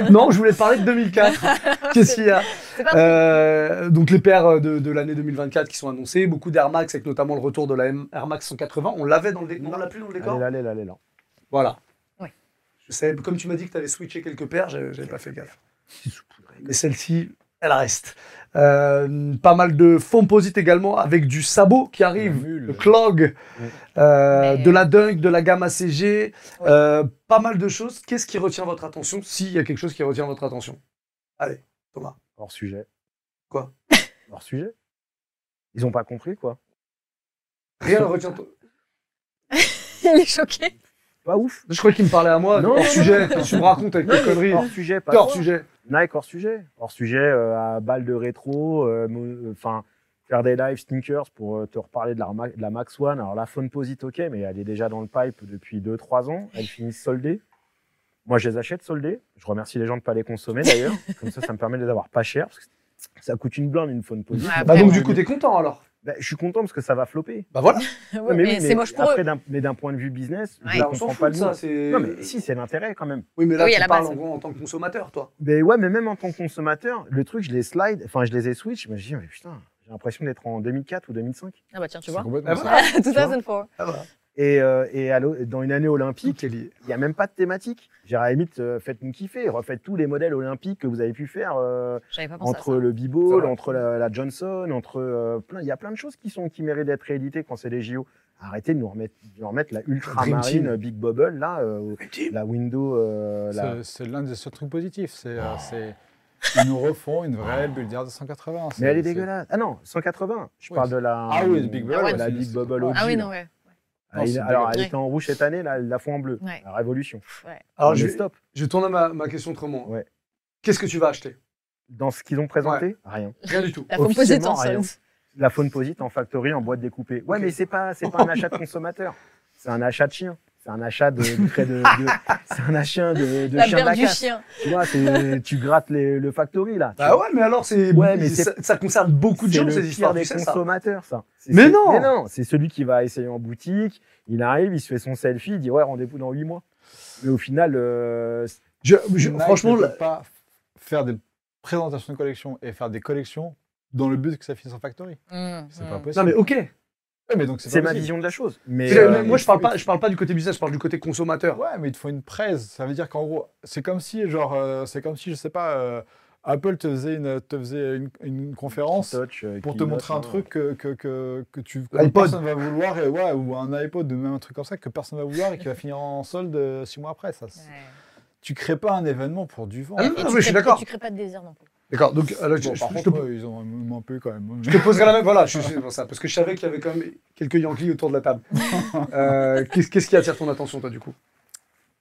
[laughs] non, je voulais te parler de 2004. Qu'est-ce qu'il y a
c'est pas
Euh, donc les paires de, de l'année 2024 qui sont annoncées, beaucoup d'Air Max avec notamment le retour de la M- Air Max 180. On l'avait dans le décor. On l'a plus dans le
Allez là,
décor.
allez là, allez là.
Voilà.
Ouais.
Je sais, comme tu m'as dit que tu allais switcher quelques paires, j'avais j'avais pas fait gaffe. Mais celle-ci, elle reste. Euh, pas mal de composites également avec du sabot qui arrive,
La mule.
le clog,
Ouais.
euh,
Mais-
de la dunk, de la gamme ACG,
Ouais.
euh, pas mal de choses. Qu'est-ce qui retient votre attention S'il y a quelque chose qui retient votre attention. Allez, Thomas.
Hors sujet.
Quoi
Hors sujet. Ils ont pas compris, quoi.
Rien ne retient. ton-
[laughs] il est choqué
Pas ouf.
Je crois qu'il me parlait à moi.
Non,
hors
non,
sujet, tu me racontes avec tes conneries.
Hors sujet, pas
Hors
toi.
sujet.
Nike hors sujet. Hors sujet euh, à balle de rétro, euh, mo- enfin faire des live sneakers pour euh, te reparler de la, Rma- de la Max One. Alors la Funposit, ok, mais elle est déjà dans le pipe depuis 2-3 ans. Elle finit soldée. Moi, je les achète soldées. Je remercie les gens de ne pas les consommer
[laughs]
d'ailleurs. Comme ça, ça me permet de les avoir pas cher. Parce que ça coûte une blinde une Funposit.
Ouais,
Bah
après,
donc
on-
du coup t'es content alors
Bah, je suis content parce que ça va flopper.
Bah voilà.
Ah,
Ouais,
[laughs] Non,
mais,
oui,
c'est moche pour
après,
eux
d'un- mais d'un point de vue business,
Ouais.
je ne
Là, on s'en
comprends
fout
pas
de
le
ça.
mot.
c'est-
Non, mais si, c'est l'intérêt quand même.
Oui mais là
Oui, à
tu
la
parles
base.
en gros en tant que consommateur toi.
Mais ouais, mais même en tant que consommateur, le truc, je les slide, enfin, je les ai switch, mais je me dis, mais putain, j'ai l'impression d'être en 2004 ou 2005.
ah bah tiens tu
C'est
vois [laughs]
complètement
Ah,
ça.
voilà.
tout ça
vois
c'est fort
Ah, voilà.
Et, euh, et à l'o- dans une année olympique,
Pique est lié.
il n'y a même pas de thématique. J'ai à la limite, euh, faites-nous kiffer, refaites tous les modèles olympiques que vous avez pu faire euh,
j'avais pas pensé
entre
à ça
le
C'est
b-ball,
vrai.
entre la, la Johnson, entre euh, plein. Il y a plein de choses qui sont qui méritent d'être rééditées quand c'est les JO. Arrêtez de nous remettre, de nous remettre la
Dream
ultramarine
Team.
euh, Big Bubble là, euh, la window, euh, la-
C'est- C'est l'un des seuls trucs positifs. C'est, euh, c'est- ils nous refont une vraie bulle d'air de 180. c'est-
Mais elle est
c'est-
dégueulasse. Ah non, 180. Je
Oui,
parle
c'est-
de la.
Ah oui, le Big
Ah ouais.
Bubble.
La
c'est-
Big
c'est-
Bubble OG.
ah oui
là.
non ouais
Ah, il-
c'est
alors, elle
dégueulasse.
était en rouge cette année, là, elle la fond en bleu.
ouais
La révolution.
ouais
Alors
Mais
je,
stop.
je tourne à ma, ma question autrement.
Ouais.
Qu'est-ce que tu vas acheter
Dans ce qu'ils ont présenté, rien.
Rien du tout.
la composite en
Officiellement, rien.
solde
La faune posite en factory, en boîte découpée. Ouais,
Ok.
mais c'est pas, c'est pas un achat de consommateur. C'est un achat de chien. C'est un achat de, de, de- de-
[laughs]
c'est un achat de, de
la
chien de
paire
la
du
casse.
chien
Tu vois, c'est- tu grattes les- le factory là.
Bah ouais mais alors c'est
Ouais, mais
ça, ça concerne beaucoup de
C'est
gens
le
ces
pire
histoires
des
tu sais ça.
consommateurs, ça. C'est-
Mais
c'est-
non
Mais non, c'est celui qui va essayer en boutique, il arrive, il se fait son selfie, il dit ouais, rendez-vous dans 8 mois. Mais au final, euh,
Je- je-
Nike
franchement
ne
la-
peut pas faire des présentations de collection et faire des collections dans le but que ça finisse en factory.
Hum,
C'est
hum.
pas possible.
Non mais ok.
Ouais, mais donc,
C'est ma
pas possible.
vision de la chose. Mais
C'est-
euh,
mais moi je
il
parle
faut-
pas, je parle pas du côté business, je parle du côté consommateur.
Ouais, mais il te faut une presse. Ça veut dire qu'en gros, c'est comme si, genre, euh, c'est comme si, je sais pas, euh, Apple te faisait une, te faisait une, une conférence
touch, euh,
pour te
keynote,
montrer un
hein.
truc que, que, que, que tu que
L'iPod.
personne va vouloir, et, ouais, ou un iPod, ou même un truc comme ça que personne va vouloir et qui va finir en solde euh, six mois après. Ça, c'est-
Ouais.
Tu crées pas un événement pour du vent.
Ah,
Et-
non,
et
non,
tu
mais je suis
crées-
d'accord.
Tu crées pas de désir non plus.
D'accord. Donc alors, je-
Bon,
je-
par
je te
contre, ouais, ils ont un peu quand même.
Je te poserai [laughs] la même. Voilà, je, suis bon, ça, parce que je savais qu'il y avait quand même quelques Yankees autour de la [laughs] table. Euh, Qu'est-ce qu'est-ce qui attire ton attention, toi, du coup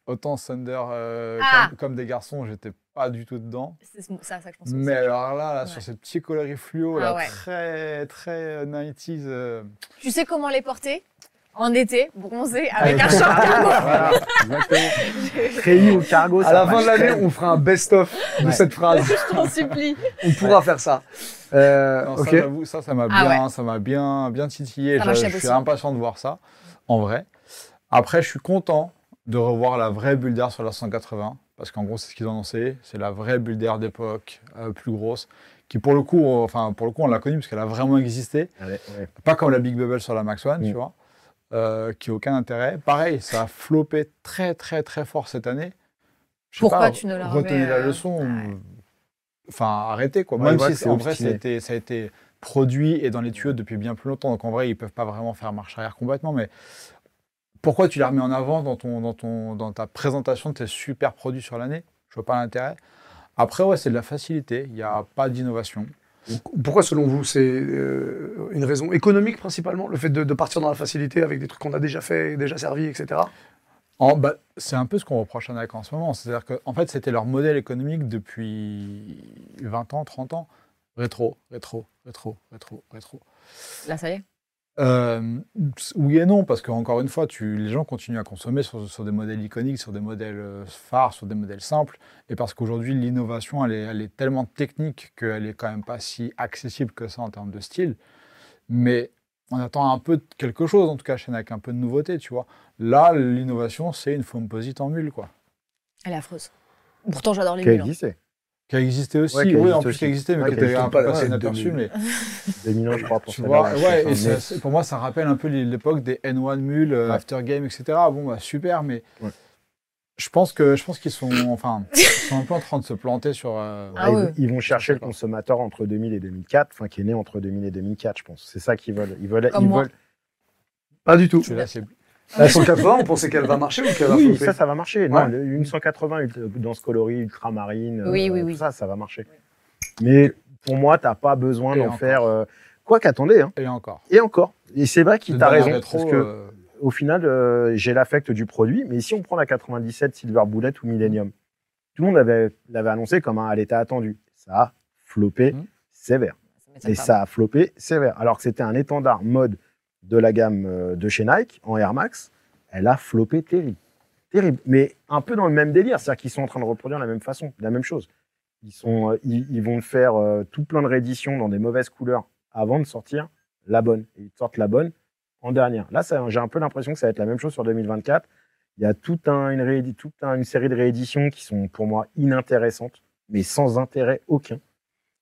Autant Thunder, euh,
Ah.
comme, comme des garçons, j'étais pas du tout dedans.
C'est ça, ça que je pense.
Mais alors là, là,
Ouais.
sur ces petits coloris fluo,
Ah
là,
ouais.
très, très euh, 90s. euh,
aussi. Tu sais comment les porter en été, bronzé, avec
Ah
un
Avec-
short cargo.
[laughs]
voilà, exactement.
Créé au cargo.
À la fin de l'année, on fera un best-of de
Ouais.
cette phrase.
Je t'en supplie.
On pourra faire ça. Euh,
Non,
ok.
ça, j'avoue, ça, ça m'a
Ah
bien, ça m'a bien, bien titillé.
Ça
Je-
m'achève
je suis
aussi.
impatient de voir ça, en vrai. Après, je suis content de revoir la vraie bulle d'air sur la 180, parce qu'en gros, c'est ce qu'ils ont annoncé. C'est la vraie bulle d'air d'époque, euh, plus grosse, qui pour le coup, on- enfin pour le coup, on l'a connue parce qu'elle a vraiment existé.
Allez, ouais.
Pas comme la Big Bubble sur la Max One,
Mm.
tu vois, euh, qui a aucun intérêt. Pareil, ça a floppé très, très, très fort cette année. Je sais
Pourquoi
pas,
tu ne la
Retenez
remets,
la
euh,
leçon.
ouais.
Enfin, arrêtez, quoi.
Ouais,
Même
je vois
si
que
c'est-
c'est
en vrai, ça
obstiné.
a, été, ça a été produit et dans les tuyaux depuis bien plus longtemps. Donc, en vrai, ils peuvent pas vraiment faire marche arrière complètement. Mais pourquoi tu la remets en avant dans, ton, dans, ton, dans ta présentation de tes super produits sur l'année Je vois pas l'intérêt. Après, ouais, c'est de la facilité. Il n'y a pas d'innovation.
Pourquoi, selon vous, c'est euh, une raison économique principalement, le fait de, de partir dans la facilité avec des trucs qu'on a déjà fait, déjà servi, etc.
En- bah, c'est un peu ce qu'on reproche à NAC en ce moment. C'est-à-dire qu'en fait, c'était leur modèle économique depuis 20 ans, 30 ans. Rétro, rétro, rétro, rétro, rétro.
Là, ça y est.
Euh, oui et non, parce qu'encore une fois, tu, les gens continuent à consommer sur, sur des modèles iconiques, sur des modèles euh, phares, sur des modèles simples, et parce qu'aujourd'hui, l'innovation, elle est, elle est tellement technique qu'elle est quand même pas si accessible que ça en termes de style. Mais on attend un peu de quelque chose, en tout cas chez NAC, un peu de nouveauté, tu vois. Là, l'innovation, c'est une composite en mule, quoi.
Elle est affreuse. Pourtant, j'adore les
Qui a
mules. hein.
existé
Qui a existé aussi,
Ouais, qui
oui, en
existe
plus
aussi.
qui a existé, mais
Ouais,
qui
qui
était
existe
un peu
pas,
passé
ouais,
inaperçu,
2000.
mais
2000, je crois, pour
Tu
celle-là,
vois,
je sais
ouais,
pas,
et
mais-
ça- c'est- pour moi, ça rappelle un peu les- l'époque des N1 Mule, euh,
Ouais.
After Game, etc. Bon, bah, super, mais
Ouais.
je pense que je pense qu'ils sont, enfin, ils sont un peu en train de se planter sur. euh,
Ah
ils,
ouais.
ils vont chercher le consommateur entre 2000 et 2004, enfin qui est né entre 2000 et 2004, je pense. C'est ça qu'ils veulent. Ils veulent,
Comme
ils
moi.
veulent.
Pas du tout. Bah,
tu la cible.
La 180, on pensait qu'elle va marcher ou qu'elle va
Oui,
flopper
ça, ça va marcher. Non,
Ouais.
le- une 180 ult- dans ce coloris ultramarine, euh,
Oui, oui,
tout
oui.
ça, ça va marcher. Mais pour moi, t'as pas besoin
Et
d'en
encore.
faire. euh, quoi qu'attendez, hein.
Et encore.
Et encore. Et c'est vrai qu'il
Le
t'a
dernier
raison,
rétro,
parce que
euh,
au final, euh, j'ai l'affect du produit. Mais si on prend la 97 Silver Bullet ou Millennium, tout le monde avait- l'avait annoncé comme un, elle était attendue. Ça a floppé
Mhm.
sévère.
Ça m'étonne
Et
pas.
ça a floppé sévère. Alors que c'était un étendard mode de la gamme euh, de chez Nike en Air Max, elle a floppé terrible. Terrible. Mais un peu dans le même délire. C'est-à-dire qu'ils sont en train de reproduire la même façon, la même chose. Ils, sont, euh, ils, ils vont faire euh, tout plein de rééditions dans des mauvaises couleurs avant de sortir la bonne. Et ils sortent la bonne en dernière. Là, ça- j'ai un peu l'impression que ça va être la même chose sur 2024. Il y a tout un- une, réédi- toute un- une série de rééditions qui sont pour moi inintéressantes, mais sans intérêt aucun.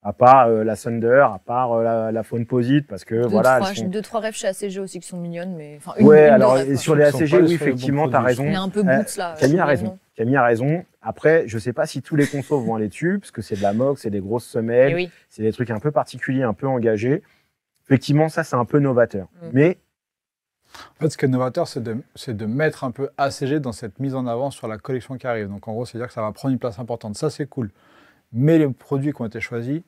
À part euh, la Thunder, à part euh, la, la Faune Posite, parce que
Deux,
euh, voilà.
trois,
elles sont-
deux, trois rêves chez ACG aussi qui sont mignonnes, mais. enfin, une-
Ouais,
une de
alors
rêve,
et
quoi.
sur les
Ce sont pas
ACG,
les
oui,
seuls bons
effectivement, t'as
produits,
raison.
je
Il est un peu
Euh,
boots là.
Camille a
euh,
raison.
non.
Camille a raison. Après, je sais pas si tous les consos vont aller dessus, parce que c'est de la moque, c'est des grosses semelles,
Eh oui.
c'est des trucs un peu particuliers, un peu engagés. Effectivement, ça, c'est un peu novateur.
Mm.
Mais
En fait, ce qui est novateur, c'est de, c'est de mettre un peu ACG dans cette mise en avant sur la collection qui arrive. Donc, en gros, c'est-à-dire que ça va prendre une place importante. Ça, c'est cool. Mais les produits qui ont été choisis,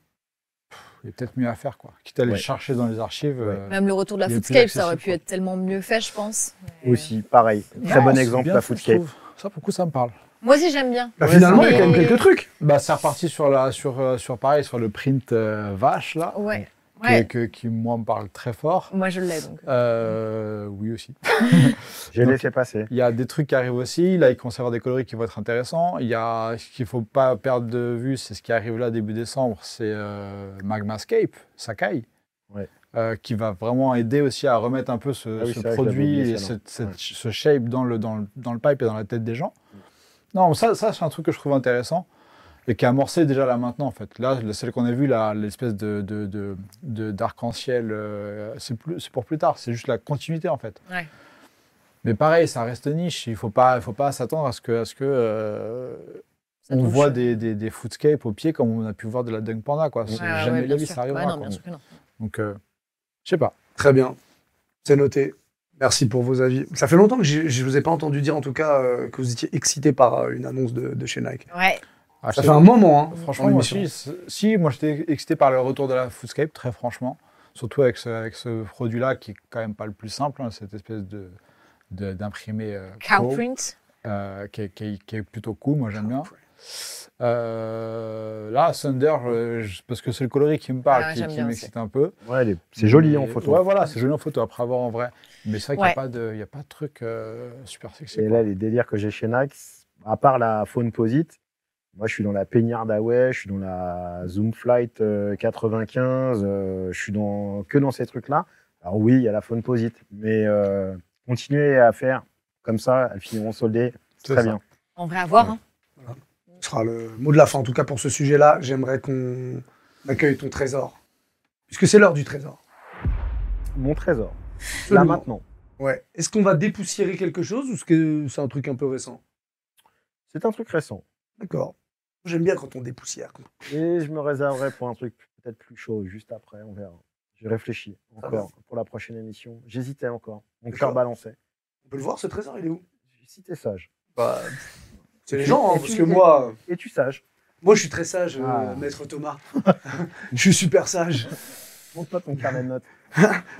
pff, il est peut-être mieux à faire, quoi. Quitte à les
Ouais.
chercher dans les archives.
Ouais.
euh,
Même le retour de la
Il est plus
Footscape, ça aurait
accessible,
pu
quoi.
être tellement mieux fait, je pense. Mais-
aussi, pareil, très
non,
bon
c'est
exemple,
bien
la
fait, je
Footcape.
trouve. Ça, pour le coup, ça me parle.
Moi aussi, j'aime bien.
Bah,
Ouais,
Finalement,
ça-
il y a quand même
Mais-
quelques trucs.
Bah, c'est reparti sur, la, sur, euh, sur pareil, sur le print euh, vache, là,
Ouais.
qui-
Ouais.
que- qui, moi, me parle très fort.
Moi, je l'ai donc.
Euh, oui, aussi.
J'ai
Donc-
laissé passer.
Il y a des trucs qui arrivent aussi. Là, ils commencent à avoir des coloris qui vont être intéressants. Il y a ce qu'il ne faut pas perdre de vue, c'est ce qui arrive là début décembre, c'est euh, Magmascape, Sakai,
Ouais.
euh, qui va vraiment aider aussi à remettre un peu ce,
Ah oui,
ce
c'est vrai que
produit
je l'avais oublié,
et
celle-là.
cette- cette-
Ouais.
ce shape dans le, dans, le, dans le pipe et dans la tête des gens. Non, ça, ça c'est un truc que je trouve intéressant. et qui a amorcé déjà là maintenant en fait. Là, celle qu'on a vue, là, l'espèce de, de, de- de- d'arc-en-ciel, euh, c'est, plus- c'est pour plus tard, c'est juste la continuité en fait.
Ouais.
Mais pareil, ça reste niche, il ne faut pas, il faut pas s'attendre à ce que, à ce que euh,
Ça
on
touche.
voit des, des, des footscapes au pied comme on a pu voir de la Dunk Panda. Quoi.
Ouais,
C'est
ouais,
jamais
ouais,
la
bien
vie,
sûr.
ça arrivera.
Ouais, non,
quoi.
bien sûr que non.
Donc, euh, je sais pas.
Très bien. C'est noté. Merci pour vos avis. Ça fait longtemps que j'ai- je ne vous ai pas entendu dire, en tout cas, euh, que vous étiez excité par euh, une annonce de, de chez Nike.
Ouais.
Ah, je
Ça
sais
fait un moment, hein,
Franchement,
dans
moi,
l'émission.
si, si, moi j'étais excité par le retour de la Foodscape, très franchement. Surtout avec ce, avec ce produit-là qui est quand même pas le plus simple, hein, cette espèce de de- d'imprimé euh,
Oh.
pro,
Cowprint.
euh, qui, est, qui est- qui est plutôt cool, moi j'aime bien. Euh, là, Thunder, euh, je- parce que c'est le coloris qui me parle,
Ah ouais,
qui-
j'aime
qui,
bien
m'excite un peu.
Ouais, les- c'est joli hein,
Mais-
en photo.
Ouais, voilà, c'est joli en photo, après avoir en vrai. Mais c'est vrai qu'il n'y
Ouais.
a, pas de- il y a pas de truc euh, super sexy.
Et
quoi.
là, les délires que j'ai chez Nike, à part la Phone Posite, moi, je suis dans la Peignard Away, je suis dans la Zoom Flight euh, 95, euh, je suis dans, que dans ces trucs-là. Alors oui, il y a la Phone Posite, mais euh, continuer à faire comme ça, elles finiront soldées.
C'est
C'est très
ça.
bien.
On va voir. hein.
Ce sera le mot de la fin, en tout cas, pour ce sujet-là. J'aimerais qu'on accueille ton trésor. Puisque c'est l'heure du trésor.
Mon trésor,
Absolument.
là maintenant.
Ouais. Est-ce qu'on va dépoussiérer quelque chose ou est-ce que c'est un truc un peu récent
C'est un truc récent.
D'accord. J'aime bien quand on dépoussière. quand
Et je me réserverai pour un truc peut-être plus chaud, juste après, on verra. Je réfléchis
Ah bah
encore pour la prochaine émission. J'hésitais encore. Mon
D'accord.
cœur balançait.
On peut le voir, ce trésor, il est où
Si t'es sage.
Bah, C'est les gens, hein,
Et
parce
tu-
que moi,
Es-tu sage
moi, je suis très sage, euh,
Ah.
maître Thomas. [laughs] je suis super sage.
Montre pas ton
[laughs]
carnet de notes.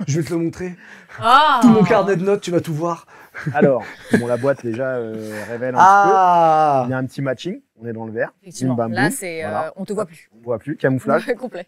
Je vais te le montrer.
Ah
Tout mon carnet de notes, tu vas tout voir.
Alors, bon, la boîte déjà euh, révèle un petit peu.
Ah
Il y a un petit matching. On est dans le vert.
Effectivement.
Bim, bam,
Là,
boum.
c'est. euh,
Voilà.
on te voit plus.
On voit plus. Camouflage.
[laughs] Complet.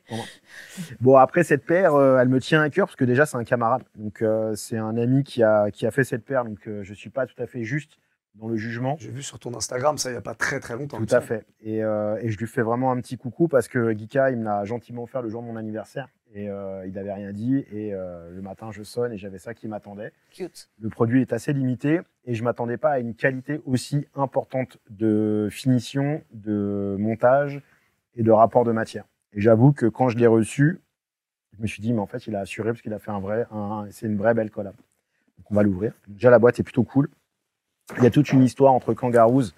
Bon, après, cette paire, euh, elle me tient à cœur parce que déjà, c'est un camarade. Donc, euh, c'est un ami qui a, qui a fait cette paire. Donc, euh, je suis pas tout à fait juste dans le jugement.
J'ai vu sur ton Instagram, ça, il n'y a pas très très longtemps.
Tout à fait. Et, euh, et je lui fais vraiment un petit coucou parce que Guika, il me l'a gentiment offert le jour de mon anniversaire. Et euh, il n'avait rien dit. Et euh, le matin, je sonne et j'avais ça qui m'attendait.
Cute.
Le produit est assez limité et je m'attendais pas à une qualité aussi importante de finition, de montage et de rapport de matière. Et j'avoue que quand je l'ai reçu, je me suis dit, mais en fait, il a assuré parce qu'il a fait un vrai, un- c'est une vraie belle collab. Donc, on va l'ouvrir. Déjà, la boîte est plutôt cool. Il y a toute une histoire entre Kangaroos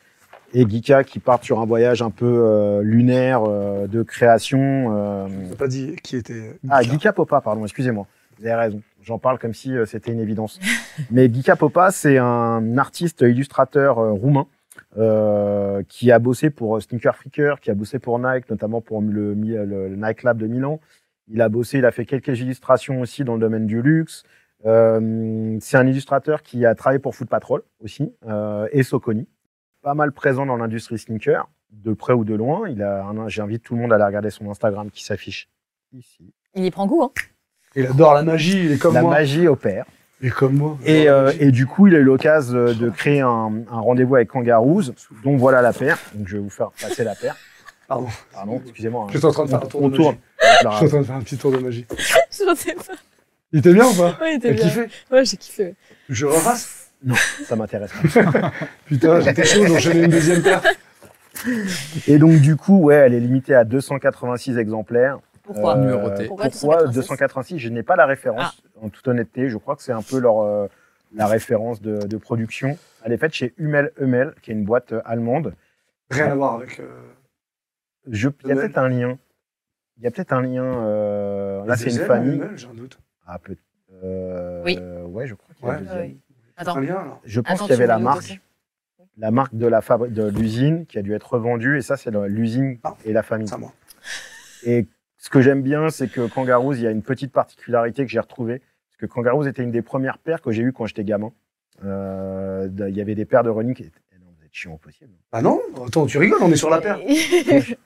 et Geeka qui partent sur un voyage un peu euh, lunaire euh, de création. euh,
Je n'ai pas dit qui était.
ah, Geeka Popa, pardon, excusez-moi. Vous avez raison. J'en parle comme si euh, c'était une évidence. [laughs] Mais Geeka Popa, c'est un artiste illustrateur euh, roumain euh, qui a bossé pour euh, Sneaker Freaker, qui a bossé pour Nike, notamment pour le, Mi- le- le Nike Lab de Milan. Il a bossé, il a fait quelques illustrations aussi dans le domaine du luxe. Euh, c'est un illustrateur qui a travaillé pour Foot Patrol aussi euh, et Soconi. Pas mal présent dans l'industrie sneaker, de près ou de loin. Il a un- J'invite tout le monde à aller regarder son Instagram qui s'affiche ici
Il y prend goût. Hein.
Il adore la magie, il est comme
la
moi.
magie opère.
Il est comme moi.
Et, euh, et du coup, il a eu l'occasion euh, de créer un, un rendez-vous avec Kangaroos. Donc voilà la paire. Donc je vais vous faire passer la paire.
Pardon.
Pardon, excusez-moi. hein.
Je suis en train de
On-
faire un tour
on
de
tourne.
magie.
Je
Je suis en
la raconte.
train de faire un petit tour de magie.
[laughs] Je sais pas.
Il était bien ou pas
Ouais, il
T'as
était bien.
kiffé
Ouais, j'ai kiffé.
Je repasse
Ça m'intéresse. pas.
Putain, j'étais chaud, j'enchaînais une deuxième paire.
Et donc du coup, ouais, elle est limitée à 286 exemplaires.
Pourquoi
Euh,
Numéroté.
Pourquoi
Pourquoi,
286?
286 Je n'ai pas la référence, en toute honnêteté. Je crois que c'est un peu leur, euh, la référence de, de production. Elle est faite chez Hummel Hummel, qui est une boîte euh, allemande.
Rien à voir avec. euh,
Je, il y a
Hummel.
peut-être un lien. Il y a peut-être un lien. euh, là,
les
c'est une
ailes,
famille.
Hummel, J'ai un doute.
Ah, peut euh,
Oui.
Ouais, je crois qu'il y a
Ouais.
un deuxième.
Ouais.
Un
Attends.
lien alors.
Je pense
Attends,
qu'il y avait
tu
la
me
marque,
notes
la marque de la fabri- de l'usine qui a dû être revendue et ça c'est le- l'usine
Ah.
et la famille.
C'est à moi.
Et ce que j'aime bien, c'est que Kangaroos, il y a une petite particularité que j'ai retrouvée. Parce que Kangaroos était une des premières paires que j'ai eues quand j'étais gamin. Euh, de- il y avait des paires de running qui étaient. Eh non, vous êtes chiant au possible.
Ah non Attends, tu rigoles, on est sur la paire.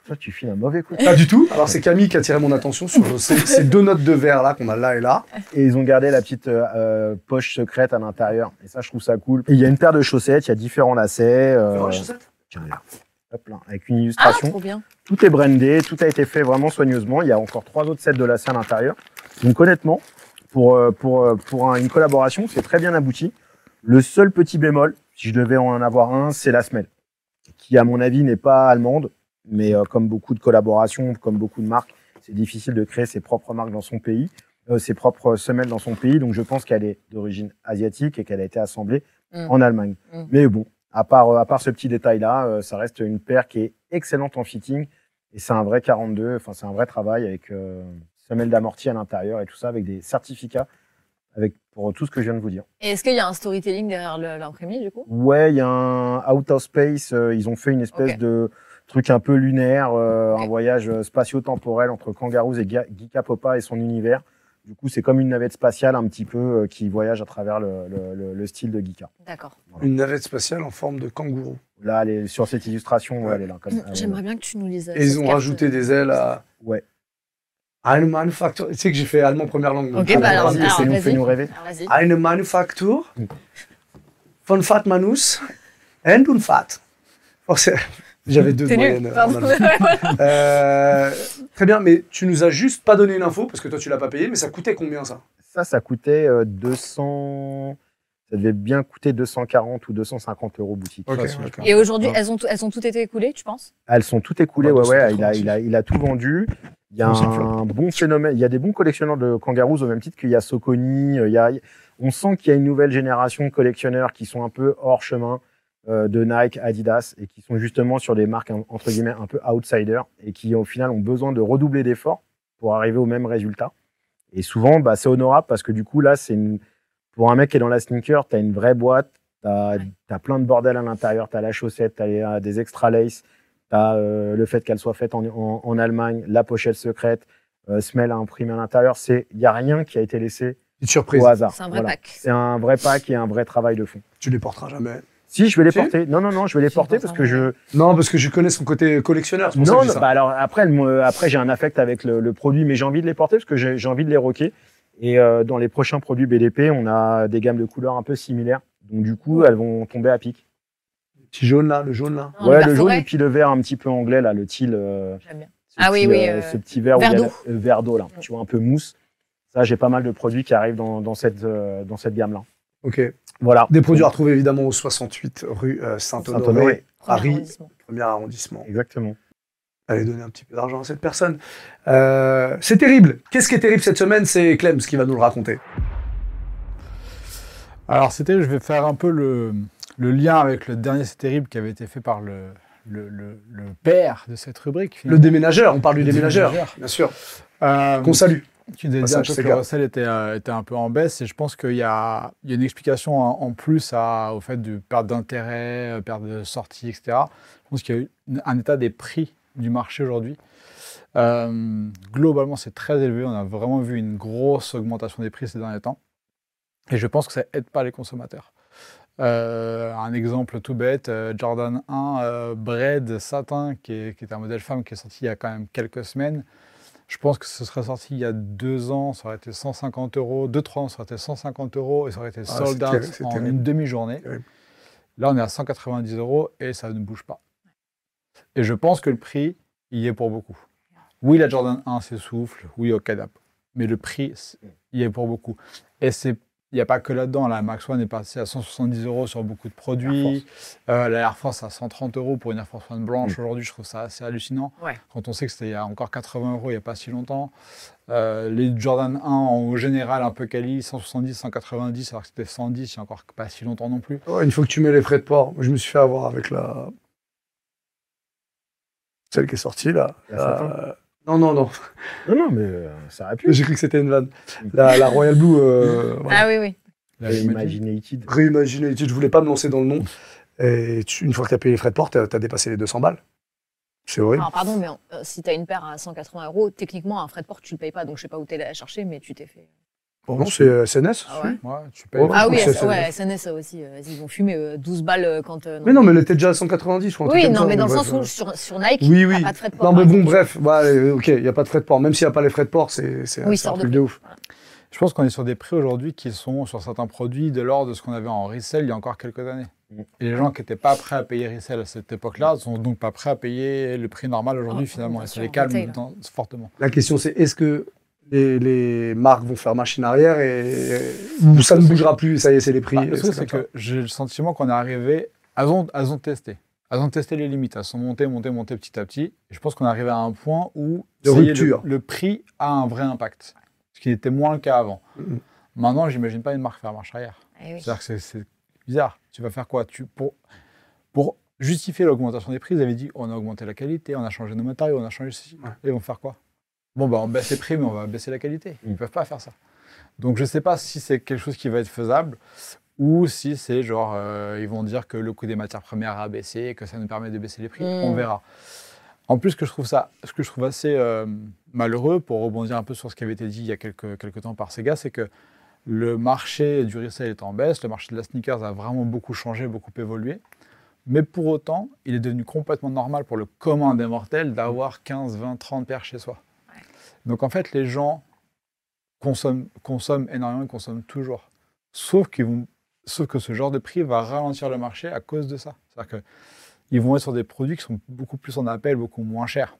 Toi, tu files un
[laughs]
mauvais coup.
Pas du tout. Alors c'est Camille qui a tiré mon attention sur euh, ces, ces deux notes de verre là qu'on a là et là.
Et ils ont gardé la petite euh, euh, poche secrète à l'intérieur. Et ça, je trouve ça cool. Et il y a une paire de chaussettes, il y a différents lacets. euh, tiens, là. Hop là, avec une
Ah,
illustration.
trop bien.
Tout est brandé, tout a été fait vraiment soigneusement. Il y a encore trois autres sets de lacets à l'intérieur. Donc honnêtement, pour, euh, pour, euh, pour un- une collaboration, c'est très bien abouti. Le seul petit bémol, si je devais en avoir un, c'est la semelle, qui à mon avis n'est pas allemande, Mais euh, comme beaucoup de collaborations, comme beaucoup de marques, c'est difficile de créer ses propres marques dans son pays, euh, ses propres semelles dans son pays. Donc je pense qu'elle est d'origine asiatique et qu'elle a été assemblée
Mm.
en Allemagne.
Mm.
Mais bon, à part, euh, à part ce petit détail-là, euh, ça reste une paire qui est excellente en fitting. Et c'est un vrai 42, enfin c'est un vrai travail avec euh, semelle d'amorti à l'intérieur et tout ça, avec des certificats avec, pour tout ce que je viens de vous dire.
Et est-ce qu'il y a un storytelling derrière le- l'imprimé, du coup
Ouais, il y a un Out of Space. euh, ils ont fait une espèce
Ok.
de truc un peu lunaire, euh,
Ok.
un voyage euh, spatio-temporel entre Kangaroos et Ga- Geeka Popa et son univers. Du coup, c'est comme une navette spatiale un petit peu euh, qui voyage à travers le, le- le- le style de Geeka.
D'accord.
Une navette spatiale en forme de kangourou.
Là, elle est sur cette illustration, ouais, elle est là. Comme, ah, ouais,
Euh, J'aimerais bien que tu nous lises. euh,
Et ils
cette
ont
carte.
rajouté des ailes à.
Ouais.
Eine Manufaktur. Tu sais que j'ai fait allemand première langue. donc
Ok,
je-
bah alors,
Vas-y,
alors,
fais-nous-
vas-y.
fais-nous rêver.
Alors, Vas-y.
Eine Manufaktur von Fatmanus and und Fat. Forcément, J'avais deux
T'es
moyennes.
nul.
euh, en
Pardon.
allemand. Euh, très bien, mais tu nous as juste pas donné une info parce que toi tu l'as pas payé, mais ça coûtait combien ça
Ça, ça coûtait euh, 200. Ça devait bien coûter 240 ou 250 euros boutique.
Ok,
façon,
d'accord.
Et aujourd'hui,
Ah.
elles ont, tout- elles ont toutes été écoulées, tu penses
Elles sont toutes écoulées,
Ouais,
ouais, ouais. Il a,
286.
il, a, il a tout vendu. Il y a
Ou sans
un bon phénomène. Il y a des bons collectionneurs de kangaroos au même titre qu'il y a Soconi. euh, Il y a, on sent qu'il y a une nouvelle génération de collectionneurs qui sont un peu hors chemin euh, de Nike, Adidas et qui sont justement sur des marques en- entre guillemets un peu outsiders et qui au final ont besoin de redoubler d'efforts pour arriver au même résultat. Et souvent, bah, c'est honorable parce que du coup, là, c'est une... pour un mec qui est dans la sneaker, tu as une vraie boîte, tu as,
Ouais.
plein de bordel à l'intérieur, tu as la chaussette, tu as des extra lace, tu as euh, le fait qu'elle soit faite en, en- en Allemagne, la pochette secrète, euh, semelle à imprimer à l'intérieur. Il n'y a rien qui a été laissé
Une surprise.
au hasard.
C'est un vrai
Ah, Voilà.
pack.
C'est un vrai pack et un vrai travail de fond.
Tu les porteras jamais.
Si, je vais les
Si.
porter. Non, non, non, je vais les
Si,
porter
pas
parce que je.
Non, parce que je connais son côté collectionneur. c'est pour ça que
Non,
je dis
non,
ça.
bah alors après, elle me- après j'ai un affect avec le, le produit, mais j'ai envie de les porter parce que j'ai j'ai envie de les rocker. Et euh, dans les prochains produits BDP, on a des gammes de couleurs un peu similaires. Donc du coup, elles vont tomber à pic.
Le Petit jaune là, le jaune là.
Non,
ouais,
vert
le jaune
forêt,
et puis le vert un petit peu anglais là, le teal. euh,
J'aime bien.
ce
Ah oui,
petit,
oui,
euh,
euh,
ce petit vert où il y a
vert
la-
d'eau.
euh, vert d'eau là. Tu vois un peu mousse. Ça, j'ai pas mal de produits qui arrivent dans, dans cette euh, dans cette gamme là.
Ok.
Voilà.
Des produits à retrouver évidemment au 68 rue euh, Saint-Honoré,
Saint-Honoré.
premier
Paris.
arrondissement.
premier arrondissement.
Exactement.
Allez donner un petit peu d'argent à cette personne. Euh, c'est terrible. Qu'est-ce qui est terrible cette semaine C'est Clem qui va nous le raconter.
Alors, c'était, je vais faire un peu le, le lien avec le dernier C'est terrible qui avait été fait par le, le, le- le père de cette rubrique.
Le déménageur, on parle du
Le
déménageur, bien sûr,
Ah
Euh,
qu'on salue.
Tu nous as dit un
Passage
peu que
Sega.
le recel était, euh, était un peu en baisse et je pense qu'il y a, il y a une explication en, en plus à- au fait de perte d'intérêt, euh, perte de sortie, etc. Je pense qu'il y a eu une- un état des prix du marché aujourd'hui. Euh, globalement, c'est très élevé. On a vraiment vu une grosse augmentation des prix ces derniers temps. Et je pense que ça aide pas les consommateurs. Euh, un exemple tout bête, euh, Jordan 1 euh, Bread Satin, qui est, qui est un modèle femme qui est sorti il y a quand même quelques semaines. Je pense que ce serait sorti il y a deux ans, ça aurait été 150 euros. Deux, trois ans, ça aurait été 150 euros et ça aurait été
Ah, c'est
sold
terrible,
out
c'est
en
terrible.
une demi-journée.
Terrible.
Là, on est à 190 euros et ça ne bouge pas. Et je pense que le prix y est pour beaucoup. Oui, la Jordan 1 s'essouffle, oui, au cadap. Mais le prix c'est- y est pour beaucoup. Et c'est il n'y a pas que là-dedans. La Max One est passée à 170 euros sur beaucoup de produits. Euh, la Air Force à 130 euros pour une Air Force One blanche. Aujourd'hui, je trouve ça assez hallucinant.
Ouais.
Quand on sait que c'était il y a encore 80 euros il n'y a pas si longtemps. Euh, les Jordan 1 en général un peu quali, 170, 190, alors que c'était 110 il n'y a encore pas si longtemps non plus.
Ouais, une fois Oh, que tu mets les frais de port, je me suis fait avoir avec la. Celle qui est sortie là.
La
La-
Satin
Non, non,
[laughs]
non.
Non, non, mais euh, ça aurait pu.
J'ai cru que c'était une vanne. La, la Royal Blue.
[laughs]
Euh, voilà.
Ah oui, oui.
Là, je me dis-
Ah,
Imaginated.
Réimaginer, tu- je voulais pas me lancer dans le nom. Et tu- une fois que tu as payé les frais de port, tu as, dépassé les 200 balles. C'est horrible.
Alors, pardon, mais euh, si tu as une paire à 180 euros, techniquement, un frais de port, tu le payes pas. Donc, je sais pas où tu es allé la chercher, mais tu t'es fait.
Bon, non, c'est euh, SNS.
Ah ouais
Ouais, tu payes.
Oh,
Ah
je
oui,
pense que
S-
c'est-
ouais, SNS ça aussi. euh, vas-y, ils vont fumer euh, 12 balles euh, quand. euh,
Mais non, mais elle était déjà à 190 ou un truc
Oui,
comme
non,
ça,
mais dans le
bref,
sens
euh,
où sur, sur Nike,
Oui,
t'as
oui.
pas de frais de port.
Non, mais
par
bon,
exemple.
bref, ouais, euh, ok, il n'y a pas de frais de port. Même s'il n'y a pas les frais de port, c'est c'est-
Oui,
c'est un
sort de
truc de ouf.
Je pense qu'on est sur des prix aujourd'hui qui sont sur certains produits de l'ordre de ce qu'on avait en resell il y a encore quelques années.
Mm.
Et les gens qui n'étaient pas prêts à payer resell à cette époque-là ne sont donc pas prêts à payer le prix normal aujourd'hui
Ah,
finalement.
bien
Et ça
sûr,
les
en
calme
retail.
dans- fortement.
La question, c'est est-ce que les, les marques vont faire machine arrière et ou ça ne bougera plus, ça y est, c'est les prix.
Bah, le
et
truc,
c'est
c'est
comme ça.
que j'ai le sentiment qu'on est arrivé. Elles ont, elles ont testé. Elles elles ont testé les limites, elles sont montées, montées, montées petit à petit. Et je pense qu'on est arrivé à un point où
De
ça y est,
rupture.
Le, le prix a un vrai impact, ce qui était moins le cas avant.
Mhm.
Maintenant, j'imagine pas une marque faire marche arrière.
Eh oui.
C'est-à-dire que c'est- c'est bizarre. Tu vas faire quoi tu, pour, pour justifier l'augmentation des prix, ils avaient dit on a augmenté la qualité, on a changé nos matériaux, on a changé ceci.
Ouais.
Et ils vont faire quoi Bon, bah, on baisse les prix, mais on va baisser la qualité. Ils ne peuvent pas faire ça. Donc, je ne sais pas si c'est quelque chose qui va être faisable ou si c'est genre, euh, ils vont dire que le coût des matières premières a baissé et que ça nous permet de baisser les prix.
Mm.
On verra. En plus, ce que je trouve, ça, ce que je trouve assez euh, malheureux, pour rebondir un peu sur ce qui avait été dit il y a quelques, quelques temps par Sega, c'est que le marché du resale est en baisse, le marché de la sneakers a vraiment beaucoup changé, beaucoup évolué. Mais pour autant, il est devenu complètement normal pour le commun des mortels d'avoir 15, 20, 30 paires chez soi.
Ouais.
Donc en fait, les gens consomment, consomment énormément, ils consomment toujours. Sauf, qu'ils vont, sauf que ce genre de prix va ralentir le marché à cause de ça. C'est-à-dire qu'ils vont être sur des produits qui sont beaucoup plus en appel, beaucoup moins chers.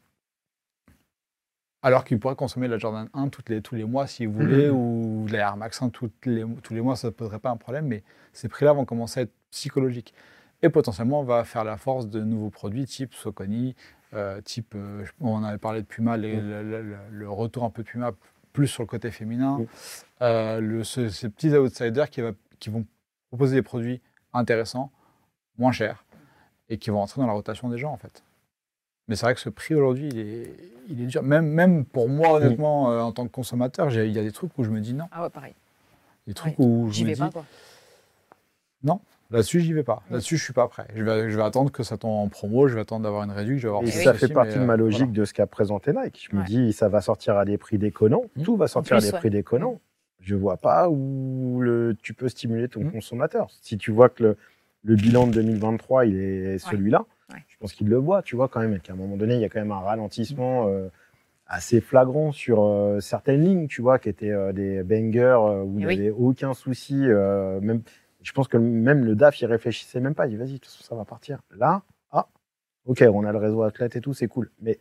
Alors qu'ils pourraient consommer de la Jordan 1 toutes les, tous les mois s'ils voulaient, ou de la Air Max 1 toutes les, tous les mois, ça ne poserait pas un problème, mais ces prix-là vont commencer à être psychologiques et potentiellement on va faire la force de nouveaux produits type Soconi, euh, type, euh, je- on avait parlé de Puma, les-
Mm.
le, le- le- le retour un peu de Puma p- plus sur le côté féminin,
Mm.
Euh, le- ce- ces petits outsiders qui, va- qui vont proposer des produits intéressants, moins chers, et qui vont entrer dans la rotation des gens en fait. Mais c'est vrai que ce prix aujourd'hui, il est, il est dur. Même, même pour moi,
Mm.
honnêtement, euh, en tant que consommateur, j'ai- il y a des trucs où je me dis non.
Ah ouais, pareil.
Des trucs où je
J'y
me
vais
dis,
pas, quoi.
Là-dessus, j'y vais pas.
Mm.
Là-dessus, je suis pas prêt. Je vais, je vais attendre que ça tombe en promo, je vais attendre d'avoir une réduction, je vais avoir
Et
tout
ça
ceci,
fait
mais,
partie de
euh,
ma logique de ce qu'a présenté Nike. Je me
Ouais.
dis, ça va sortir à des prix déconnants.
Mm.
Tout va sortir
En
à
plus,
des
ouais.
prix déconnants. Je vois pas où le, tu peux stimuler ton
Mm.
consommateur. Si tu vois que le, le bilan de 2023, il est celui-là,
Ouais.
je pense qu'il le voit. Tu vois quand même qu'à un moment donné, il y a quand même un ralentissement euh, assez flagrant sur euh, certaines lignes, tu vois, qui étaient euh, des bangers euh, où il n'y
Eh oui.
avait aucun souci. euh, même, je pense que même le DAF, il réfléchissait même pas. Il dit, vas-y, de toute façon, ça va partir. Là, ah, ok, on a le réseau athlète et tout, c'est cool. Mais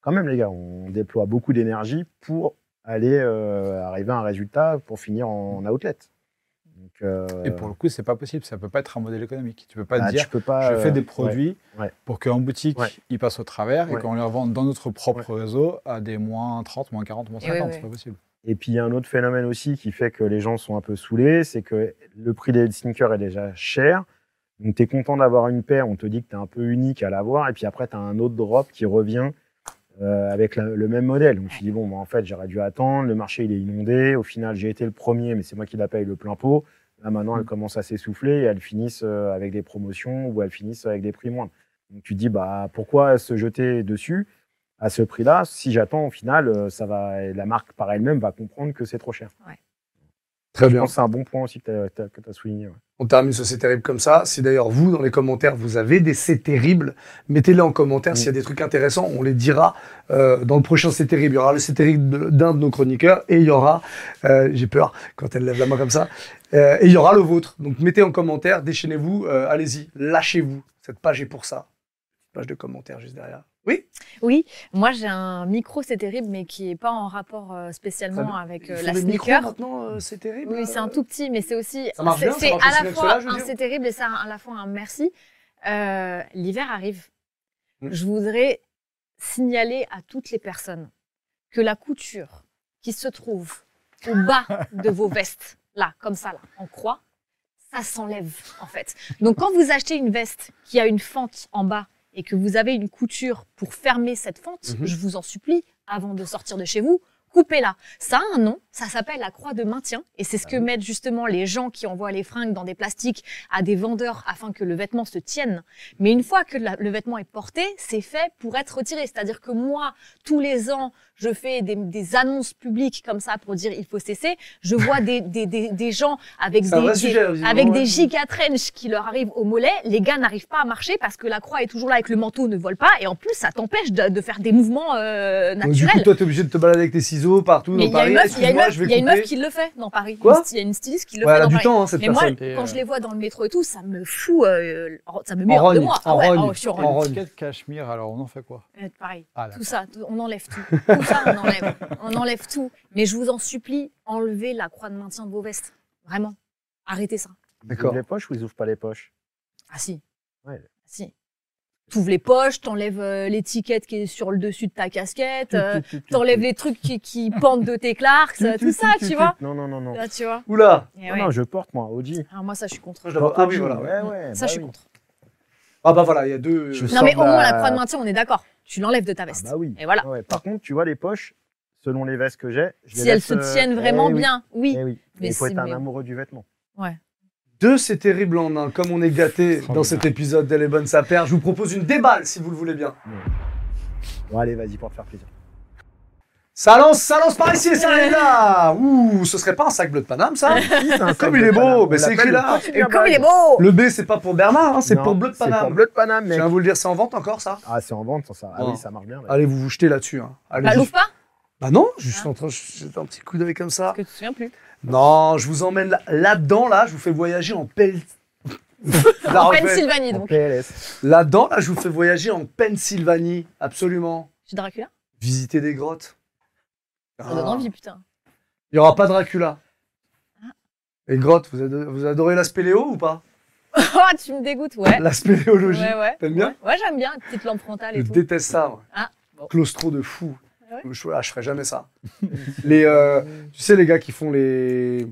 quand même, les gars, on déploie beaucoup d'énergie pour aller euh, arriver à un résultat pour finir en, outlet. Donc, euh,
Et pour le coup, c'est pas possible. Ça peut pas être un modèle économique. Tu peux pas
bah,
te dire,
tu peux pas,
je fais
euh,
des
ouais.
produits
ouais.
pour qu'en boutique,
Ouais.
ils passent au travers et
Ouais.
qu'on les revende dans notre propre réseau à des moins 30, moins 40, moins
Et oui,
50.
oui.
C'est pas possible.
Et puis il y a un autre phénomène aussi qui fait que les gens sont un peu saoulés, c'est que le prix des sneakers est déjà cher. Donc tu es content d'avoir une paire, on te dit que tu es un peu unique à l'avoir, et puis après tu as un autre drop qui revient euh, avec la- le même modèle. Donc tu dis, bon, bah, en fait j'aurais dû attendre, le marché il est inondé, au final j'ai été le premier, mais c'est moi qui la paye le plein pot. Là maintenant elles commencent à s'essouffler et elles finissent euh, avec des promotions ou elles finissent avec des prix moindres. Donc tu te dis, bah, pourquoi se jeter dessus à ce prix-là, si j'attends, au final, euh, ça va, la marque par elle-même va comprendre que c'est trop cher.
Très
Je
bien.
pense que c'est un bon point aussi que tu as, souligné. ouais.
On termine ce C'est terrible comme ça. Si d'ailleurs vous, dans les commentaires, vous avez des C'est terrible, mettez-les en commentaire.
Mm.
S'il y a des trucs intéressants, on les dira euh, dans le prochain C'est terrible. Il y aura le C'est terrible de- d'un de nos chroniqueurs et il y aura, euh, j'ai peur quand elle lève la main comme ça, euh, et il y aura le vôtre. Donc mettez en commentaire, déchaînez-vous, euh, allez-y, lâchez-vous. Cette page est pour ça. Page de commentaires juste derrière. Oui,
Oui, moi j'ai un micro, c'est terrible, mais qui est pas en rapport euh,
Très
spécialement
bien.
avec
Ils
euh,
font
la
des micros
sneaker.
maintenant, euh, c'est terrible.
Oui, c'est un tout petit, mais c'est aussi.
Ça marche
c'est-
bien, ça
C'est
marche aussi
à la
avec
fois
cela, je veux
un
dire.
c'est terrible et c'est à la fois un merci. Euh, L'hiver arrive.
Mm.
Je voudrais signaler à toutes les personnes que la couture qui se trouve au bas de
[laughs]
vos vestes, là, comme ça, là, en croix, ça s'enlève, en fait. Donc, quand vous achetez une veste qui a une fente en bas et que vous avez une couture pour fermer cette fente,
Mhm.
je vous en supplie, avant de sortir de chez vous, coupez-la. Ça a un nom, ça s'appelle la croix de maintien, et c'est ce
Ah
que mettent justement les gens qui envoient les fringues dans des plastiques à des vendeurs afin que le vêtement se tienne. Mais une fois que la- le vêtement est porté, c'est fait pour être retiré. C'est-à-dire que moi, tous les ans, je fais des, des annonces publiques comme ça pour dire il faut cesser. Je
[laughs]
vois des, des, des, des gens avec
C'est un
des,
vrai
des-
sujet, visiblement,
avec
ouais.
des gigatrenches qui leur arrivent au mollet, les gars n'arrivent pas à marcher parce que la croix est toujours là et que le manteau ne vole pas. Et en plus, ça t'empêche de, de faire des mouvements euh,
Donc, du coup,
naturels.
toi, t'es obligé de te balader avec tes ciseaux partout
Mais
dans
il y a
Paris.
une meuf, il y a une
Excuse-moi,
meuf-
je vais
il y a une meuf
couper.
qui le fait dans Paris.
Quoi
Une sty- il y a une styliste qui le
Ouais, elle
fait
a
dans
du
Paris.
temps, hein, cette
Mais moi,
personne.
Et,
quand
euh,
je les vois dans le métro et tout, ça me fout, euh, ça me met
En
hors de
rogne,
moi.
en
ah ouais,
rogne.
ah ouais, je suis en rogne.
En rogne.
Casquette cachemire, alors on en fait quoi
Euh, Pareil.
Ah,
Tout ça, tout- on enlève tout. Tout ça, on enlève. On enlève tout. Mais je vous en supplie, enlevez la croix de maintien de vos vestes. Vraiment. Arrêtez ça.
Ils
D'accord.
ouvrent les poches ou ils ouvrent pas les poches
Ah si.
Ouais.
Si. t'ouvres les poches, t'enlèves euh, l'étiquette qui est sur le dessus de ta casquette, euh, t'enlèves les trucs qui, qui pendent de tes Clarks, euh, tout ça, tu vois.
Non, non, non, non.
Là, tu vois.
Oula
Et
Non,
ouais.
non, je porte, moi, Audi.
Alors moi, ça, je suis contre.
Je dois- Ah oui,
Audi,
voilà. ouais.
Ouais, ouais,
Ça,
bah
je suis
oui.
contre.
Ah bah voilà, il y a deux.
Je
Non, mais au
sors de
moins,
la-
la croix de maintien, on est d'accord. Tu l'enlèves de ta
Ah
veste.
bah oui.
Et voilà.
Ouais, Par contre, tu vois, les poches, selon les vestes que j'ai, je les
Si elles
laisse,
se
euh,
tiennent
eh
vraiment
oui,
bien, oui.
eh oui.
Mais
Il faut
c'est-
être un
mais-
amoureux du vêtement.
Deux, c'est terrible en un. Comme on est gâté
Oh,
dans
mais-
cet épisode d'Elle est bonne sa paire, je vous propose une déballe si vous le voulez bien.
Bon, allez, vas-y, pour te
[laughs]
faire plaisir.
Ça lance, ça lance par ici, ça est là Ouh, ce serait pas un sac bleu de Paname ça
hein,
Comme il est beau, mais c'est écrit là
Et
Eh
comme
bah,
il est beau
Le B c'est pas pour Bernard, hein, c'est
Non,
pour bleu de
C'est pour
Paname.
bleu de Paname,
Je
mec.
viens vous le dire, c'est en vente encore ça
Ah, c'est en vente, ça. ça- Ah
Bon.
oui, ça marche bien. là.
Allez vous vous jetez là-dessus. Hein. Allez,
Bah, Ah.
vous-
l'ouvre pas
Bah non, je suis en train, je jette un petit coup d'œil comme ça.
Parce que tu te souviens plus.
Non, je vous emmène là- là-dedans, là, je vous fais voyager en
[laughs]
pel... La
En
Rochelle.
Pennsylvanie,
En
donc.
PLS.
Là-dedans, là, je vous fais voyager en Pennsylvanie, absolument.
Je suis Dracula
Visiter des grottes.
Ça donne
Ah.
envie, Ah. putain.
Il n'y aura pas Dracula. Et grottes, vous, ado- vous adorez la spéléo ou pas
Ah, tu me dégoûtes,
[laughs]
ouais.
La spéléologie.
Ouais, ouais.
T'aimes bien
Ouais, ouais, j'aime bien. Petite lampe frontale
Je
et tout.
déteste ça. moi.
Ah, bon.
Claustro de fou.
Ah ouais
je, ah, je ferais jamais ça. [laughs] les, euh, tu sais, les gars qui font les.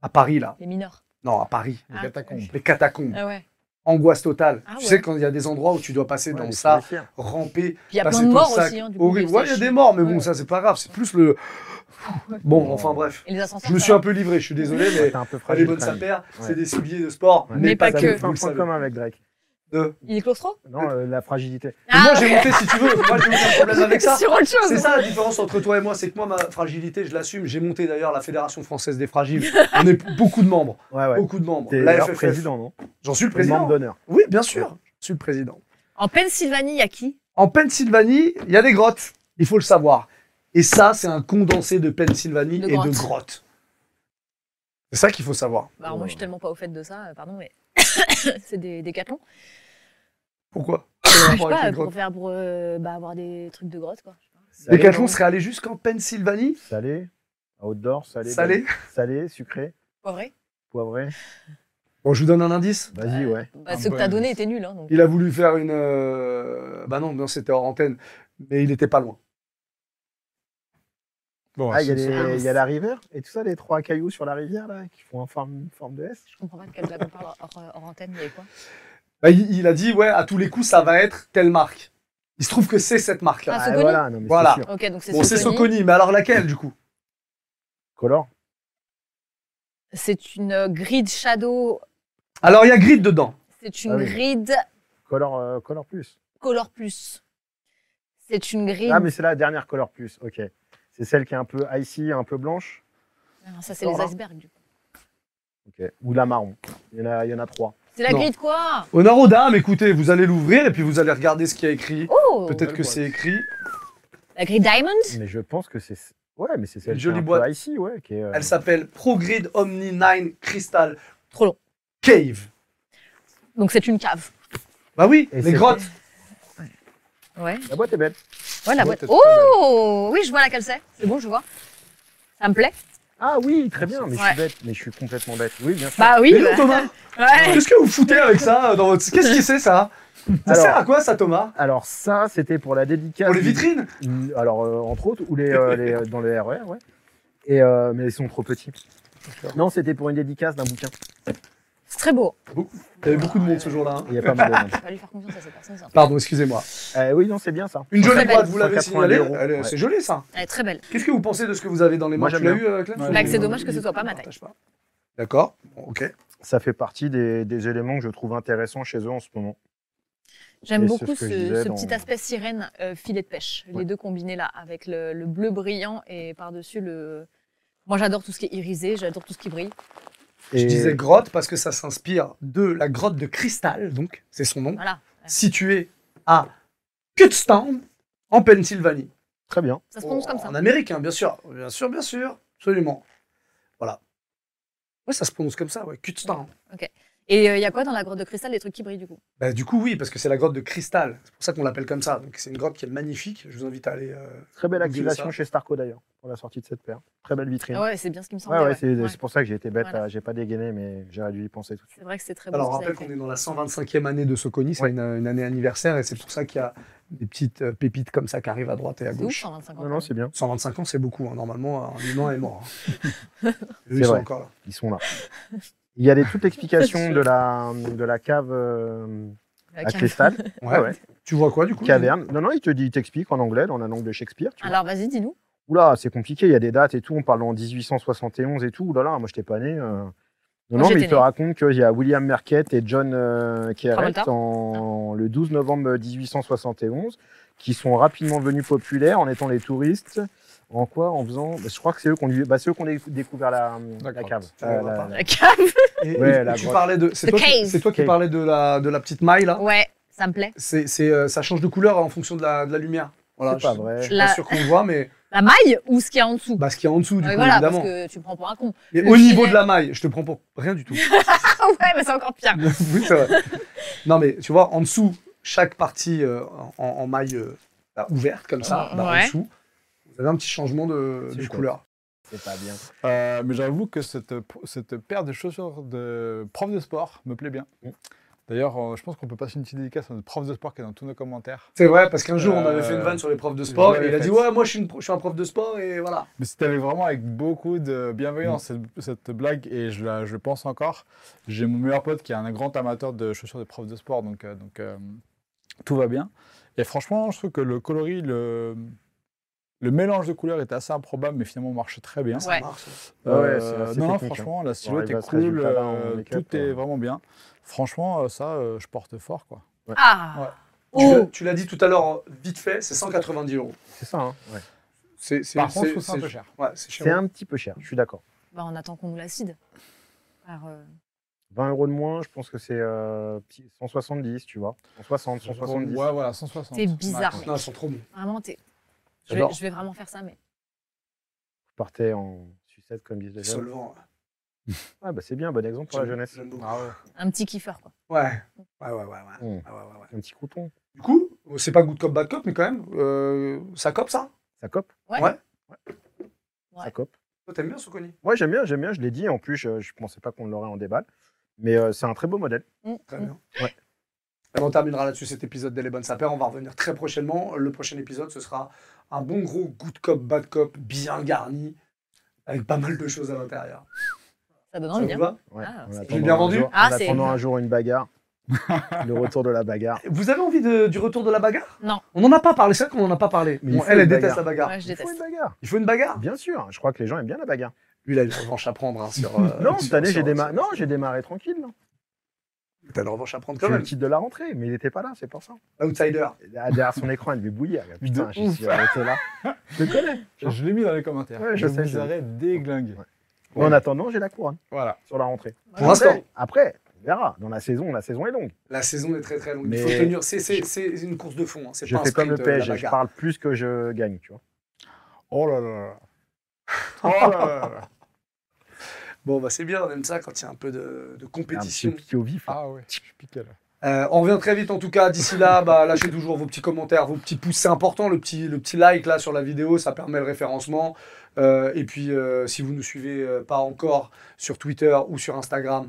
À Paris, là.
Les mineurs.
Non, à Paris.
Ah.
catacombes.
Les catacombes.
Ah ouais.
Angoisse totale.
Ah
tu
ouais.
sais, quand il y a des endroits où tu dois passer dans ça, ramper,
Puis il y a
passer
plein de
Bah, ton
morts
sac.
aussi. Hein, du coup,
horrible.
les
Ouais, il y a
stages.
des morts, mais bon,
Ouais.
ça, c'est pas grave. C'est plus le. Bon, enfin, bref.
Et les ascenseurs.
Je me
ça
suis
va.
un peu livré, je suis désolé, mais.
un peu
Allez,
fragile.
bonne
quand même.
sapère, c'est
Ouais.
des souliers de sport,
Ouais.
Mais pas que.
ça,
C'est
vous
un
le
point
savez.
commun avec Drake.
Deux.
Il est claustro
Non, euh, la fragilité.
Ah
Mais moi, j'ai monté, si tu veux, moi, j'ai aucun problème
[laughs]
avec ça.
Sur autre
C'est
chose.
ça la différence entre toi et moi, c'est que moi, ma fragilité, je l'assume. J'ai monté d'ailleurs la Fédération Française
[laughs]
des Fragiles. On est beaucoup de membres,
Ouais, ouais.
beaucoup de membres.
T'es
La
leur
FFF.
président, non
J'en suis le
T'es
président.
membre d'honneur.
Oui, bien sûr, je suis le président.
En Pennsylvanie, il y a qui
En Pennsylvanie, il y a des grottes, il faut le savoir. Et ça, c'est un condensé de Pennsylvanie
De
et de
grottes.
grottes. C'est ça qu'il faut savoir.
Bah, alors moi, je suis tellement pas au fait de ça, euh, pardon, mais [coughs] c'est des décathlons.
Pourquoi
Je sais pas, pour faire pour euh, bah, avoir des trucs de grotte, quoi.
Les
Salé,
Cathlons
non
seraient allés jusqu'en Pennsylvanie
Salé, outdoor, salé.
Salé
Salé, sucré,
Pas vrai
poivré.
Bon, je vous donne un indice.
Vas-y, ouais.
bah,
Ah
Un
Ce que
bon
t'as
indice.
donné était nul, hein, donc.
Il a voulu faire une. euh, Bah non, non c'était hors antenne. Mais il était pas loin.
Bon,
Ah, il y a
c'est-
les- il y a la rivière et tout ça, les trois cailloux sur la rivière, là, qui font en forme, une forme de S.
Je comprends pas de quel blague on parle hors, hors antenne, mais quoi
Bah, il, il a dit, ouais, à tous les coups, ça va être telle marque. Il se trouve que c'est cette marque-là.
Ah,
Ouais,
Soconi
voilà, non, mais
Voilà.
c'est sûr.
Ok, donc c'est
bon, c'est
Soconi.
Soconi, mais alors laquelle, du coup
Color.
C'est une euh, grid shadow,
Alors, il y a Grid dedans.
c'est une
Ah oui.
grid
Color, euh, color plus.
color plus. C'est une grid.
Ah, mais c'est la dernière color plus, ok. C'est celle qui est un peu icy, un peu blanche,
Ah, ça, c'est les
Voilà.
icebergs, du coup.
ok, ou la marron. Il y en a, il y en a trois.
C'est la
Non.
grid quoi
Honneur aux dames, écoutez, vous allez l'ouvrir et puis vous allez regarder ce qu'il y a écrit.
Oh
Peut-être
belle
que
boîte.
c'est écrit.
La grid diamond
Mais je pense que c'est. Ouais, mais c'est celle
Une
qui est
jolie
un
boîte.
peu icy, ouais. Qui est, euh,
Elle s'appelle ProGrid Omni 9 Crystal
Trop long.
Cave.
Donc c'est une cave.
Bah oui,
Et
les
c'est-
grottes.
Ouais.
La boîte est belle.
Ouais, la
Ouais,
boîte.
t'as tout
Oh Oui, je vois laquelle c'est. C'est bon, je vois. Ça me plaît
Ah oui, très bien, mais je
Ouais.
suis bête, mais je suis complètement bête. Oui, bien sûr.
Bah oui.
Mais non,
bah.
Thomas,
Ouais.
qu'est-ce que vous foutez avec ça dans votre... Qu'est-ce que c'est, ça Ça
Alors-
sert à quoi, ça, Thomas
Alors ça, c'était pour la dédicace.
Pour les
du-
vitrines
Mm, Alors euh, entre autres, ou les, euh, les, euh, dans les RER, ouais. Et euh, mais ils sont trop petits. Non, c'était pour une dédicace d'un bouquin.
C'est très beau.
Il y avait beaucoup de monde ce jour-là. hein.
Il y a pas mal de
[laughs]
monde.
Je vais pas lui faire confiance à cette personne. c'est un-
Pardon, excusez-moi.
Euh, oui, non, c'est bien ça.
Une jolie
Très belle.
boîte, vous l'avez
180
signalé.
euros.
Elle est-
Ouais.
C'est joli ça.
Elle est très belle.
Qu'est-ce que vous pensez de ce que vous avez dans les mains
Moi,
Tu
j'aime
l'as
bien.
eu, euh, Claire
Bah, c'est
dommage que ce soit pas ma taille.
Partage pas. D'accord. Bon, ok.
Ça fait partie des, des éléments que je trouve intéressants chez eux en ce moment.
J'aime
Et
beaucoup
c'est ce
ce,
que je disais
ce
dans-
petit aspect sirène euh, filet de pêche. Les
Ouais.
deux combinés là, avec le, le bleu brillant et par-dessus le. Moi, j'adore tout ce qui est irisé, j'adore tout ce qui brille.
Je
Et-
disais grotte parce que ça s'inspire de la grotte de cristal, donc c'est son nom,
Voilà.
située à Kutztown, en Pennsylvanie.
très bien.
Ça se prononce comme ça.
En américain, bien sûr. Bien sûr, bien sûr. Absolument. Voilà. Oui, ça se prononce comme ça, ouais. Kutztown.
Et euh, il y a quoi dans la grotte de cristal Des trucs qui brillent du coup
Bah, du coup, oui, parce que c'est la grotte de cristal. C'est pour ça qu'on l'appelle comme ça. Donc, c'est une grotte qui est magnifique. Je vous invite à aller. euh,
Très belle
Vous
activation
direz
chez Starco d'ailleurs, pour la sortie de cette paire. Très belle vitrine.
Ah Ouais, c'est bien ce qui me
Ouais,
semblait.
ouais,
ouais.
c'est
Ouais.
c'est pour ça que j'ai été bête,
Voilà.
euh, j'ai pas dégainé, mais j'aurais dû y penser tout de suite.
C'est vrai que c'est très
Alors, on
bon. ce que
rappelle
vous avez
qu'on
fait.
est dans la 125e année de Soconi. C'est une, une année anniversaire et c'est pour ça qu'il y a des petites euh, pépites comme ça qui arrivent à droite et à
C'est ouf,
gauche.
125 ans.
Non, non, c'est bien.
125 ans, c'est beaucoup. hein. Normalement, un humain est mort.
[laughs]
hein. Eux,
C'est
Ils sont
vrai.
encore là.
Ils sont là. Il y a des,
[laughs]
toute l'explication de la, de la cave euh,
La
à
cave. [laughs]
cristal.
Ouais.
Ouais, Ah ouais.
Tu vois quoi du coup
Caverne. Non, non, il te dit, il t'explique en anglais, dans la langue de Shakespeare. Tu vois.
Alors, vas-y, dis-nous.
Oula, c'est compliqué, il y a des dates et tout, on parle en 1871 et tout. Oula, là, moi, je t'ai pas né. euh.
Moi,
Non, non, mais
j'étais
il te
né.
raconte qu'il y a William Merket et John euh, Kerrett
Travolta.
en, le 12 novembre 1871 qui sont rapidement venus populaires en étant les touristes. En quoi En faisant. bah, je crois que c'est eux qui ont, dû- bah, c'est eux qui ont dé- découvert la,
La
la
grotte.
cave.
Tu vois,
Euh,
on va
la-
parler.
La cave
Et-
Ouais,
et
la
tu
grotte.
parlais de. C'est
The
toi, qui,
cave.
c'est toi qui
Cave.
parlais de la, de la petite maille là.
Ouais, ça me plaît.
C'est, c'est, euh, ça change de couleur en fonction de la, de la lumière. Voilà,
C'est pas
je,
vrai.
Je suis
La-
pas sûr qu'on voit, mais
La maille ou ce qu'il y a en dessous
bah, ce qu'il y a en dessous, du
Ouais,
coup,
Voilà,
évidemment.
parce que tu me prends pour un con.
Mais
le
au
filet-
niveau de la maille, je te prends pour
[laughs]
rien du tout. [laughs]
Ah ouais, mais c'est encore pire.
oui, c'est vrai. Non, mais tu vois, en dessous, chaque partie euh, en, en maille euh, là, ouverte, comme ça,
Ouais.
là, en
Ouais.
dessous, vous avez un petit changement de,
C'est
de
chouette.
couleur.
C'est pas bien.
Euh, mais j'avoue que cette, cette paire de chaussures de prof de sport me plaît bien.
Mm.
D'ailleurs, euh, je pense qu'on peut passer une petite dédicace à notre prof de sport qui est dans tous nos commentaires.
C'est vrai, parce qu'un jour, on avait
Euh,
fait une vanne sur les profs de sport,
ouais,
et il a dit
fait.
Ouais, moi, je suis, une pro- je suis un prof de sport, et voilà.
Mais c'était avec- vraiment avec beaucoup de bienveillance
Mm.
cette, cette blague et je, la, je pense encore. J'ai mon meilleur pote qui est un grand amateur de chaussures de prof de sport, donc, euh, donc euh, tout va bien. Et franchement, je trouve que le coloris, le, le mélange de couleurs est assez improbable, mais finalement marche très bien.
Ça
Ouais.
marche. ça.
Ouais,
Euh,
c'est assez
non, non,
technique, hein.
franchement, la silhouette
arriver
est
à ce
cool,
résultat-là en
euh,
make-up, hein.
tout est
ouais.
vraiment bien. Franchement, euh, ça, euh, je porte fort, quoi.
Ouais.
Ah
Tu l'as-
Oh
Tu l'as dit tout à l'heure, vite fait, c'est 190 euros.
C'est ça, hein. Ouais.
C'est, c'est,
Par contre,
c'est-
je trouve ça un
c'est-
peu cher.
Ouais, c'est cher.
C'est un petit peu cher, je suis d'accord.
Bah, on attend qu'on nous l'acide. Alors, euh,
20 euros de moins, je pense que c'est euh, petit- 170, tu vois. 160, 170.
Ouais, voilà, 160.
T'es bizarre,
max.
mec.
Non, ils sont trop bons.
Vraiment, t'es. Je vais,
J'adore.
je vais vraiment faire ça, mais.
Je partais en sucette, comme disent les jeunes.
Solvant.
Ah, bah, c'est bien, bon exemple pour la jeunesse.
J'aime beaucoup.
Ah ouais.
Un petit kiffeur, quoi.
Ouais. Ouais, ouais, ouais. ouais.
Mm.
Ah ouais, ouais, ouais.
Un petit crouton.
Du coup, euh, c'est pas good cop, bad cop, mais quand même, euh, ça cope ça.
Ça cope
Ouais.
Ouais.
Ouais.
Ça cope.
Toi, t'aimes bien Soconi
Moi, j'aime bien, j'aime bien, je l'ai dit. En plus, je, je pensais pas qu'on l'aurait en déballe. Mais euh, c'est un très beau modèle.
Mm,
Très
mm.
bien.
Ouais.
Et on terminera là-dessus cet épisode d'Elle est bonne sa paire. On va revenir très prochainement. Le prochain épisode, ce sera un bon gros good cop, bad cop, bien garni, avec pas mal de choses à l'intérieur.
Ça donne
Ça
envie.
vous
hein.
va
Ouais,
Ah,
en
c'est-
attendant
J'ai bien
un
vendu
jour-
Ah,
En
c'est-
attendant un jour
[laughs]
une bagarre. le retour de la bagarre.
Vous avez envie de- du retour de la bagarre
Non.
On n'en a pas parlé, c'est vrai qu'on n'en a pas parlé.
Mais il
Bon,
faut
elle, elle
une
déteste
bagarre.
la bagarre.
Ouais, je
Il faut
déteste.
une bagarre.
Il faut une bagarre
Bien sûr, je crois que les gens aiment bien la bagarre.
Lui, il a une revanche à prendre hein, [laughs] sur. euh,
non,
sur-
cette année,
sur-
j'ai démarré. Non, j'ai démarré tranquille. non.
T'as une revanche à prendre
J'ai
quand
eu le
même.
titre de la rentrée, mais il n'était pas là, c'est pour ça.
Outsider.
Là, derrière son écran, elle devait bouillir.
[laughs]
Putain,
De
je suis arrêté là. Je te connais.
Je l'ai mis dans les commentaires.
Ouais,
je
je sais,
vous
je-
arrête déglingué.
Ouais. Mais en attendant, j'ai la couronne
Voilà.
sur la rentrée.
Pour l'instant.
Après, on verra. Dans la saison, la saison est longue.
La saison est très très longue. Il faut
Mais-
tenir. C'est, c'est, c'est une course de fond. hein. C'est
Je
pas un
fais comme le
sprint, euh, la
PSG, je
bagarre.
parle plus que je gagne, tu vois.
Oh là là [laughs] là. Oh là là là.
Bon, bah, c'est bien, on aime ça quand il y a un peu de, de compétition.
Ah, petit au vif. là.
Ah ouais, je suis piqué là.
Euh, on revient très vite en tout cas. D'ici là, bah, lâchez toujours vos petits commentaires, vos petits pouces. C'est important, le petit, le petit like là sur la vidéo, ça permet le référencement. Euh, et puis, euh, si vous ne nous suivez euh, pas encore sur Twitter ou sur Instagram,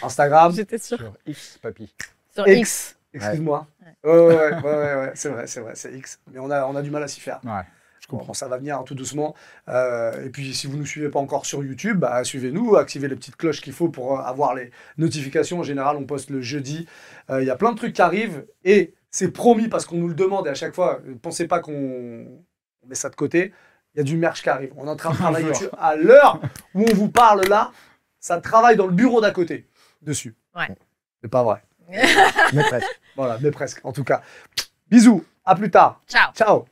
Instagram,
J'étais sûre.
Sur X, papy.
Sur X.
X, excuse-moi. Ouais, ouais, ouais, ouais, ouais, c'est vrai, c'est vrai, c'est X. Mais on a, on a du mal à s'y faire.
Ouais, je
Bon,
comprends.
ça va venir hein, tout doucement. Euh, et puis, si vous ne nous suivez pas encore sur YouTube, bah, suivez-nous, activez les petites cloches qu'il faut pour euh, avoir les notifications. En général, on poste le jeudi. Euh, Il y a plein de trucs qui arrivent et c'est promis parce qu'on nous le demande et à chaque fois, ne pensez pas qu'on on met ça de côté. Il y a du merch qui arrive. On est en
[laughs]
train de travailler
Bonjour.
dessus. à l'heure où on vous parle là. Ça travaille dans le bureau d'à côté, dessus.
Ouais.
C'est pas vrai.
Mais presque.
Voilà, mais presque, en tout cas. Bisous, à plus tard.
Ciao.
Ciao.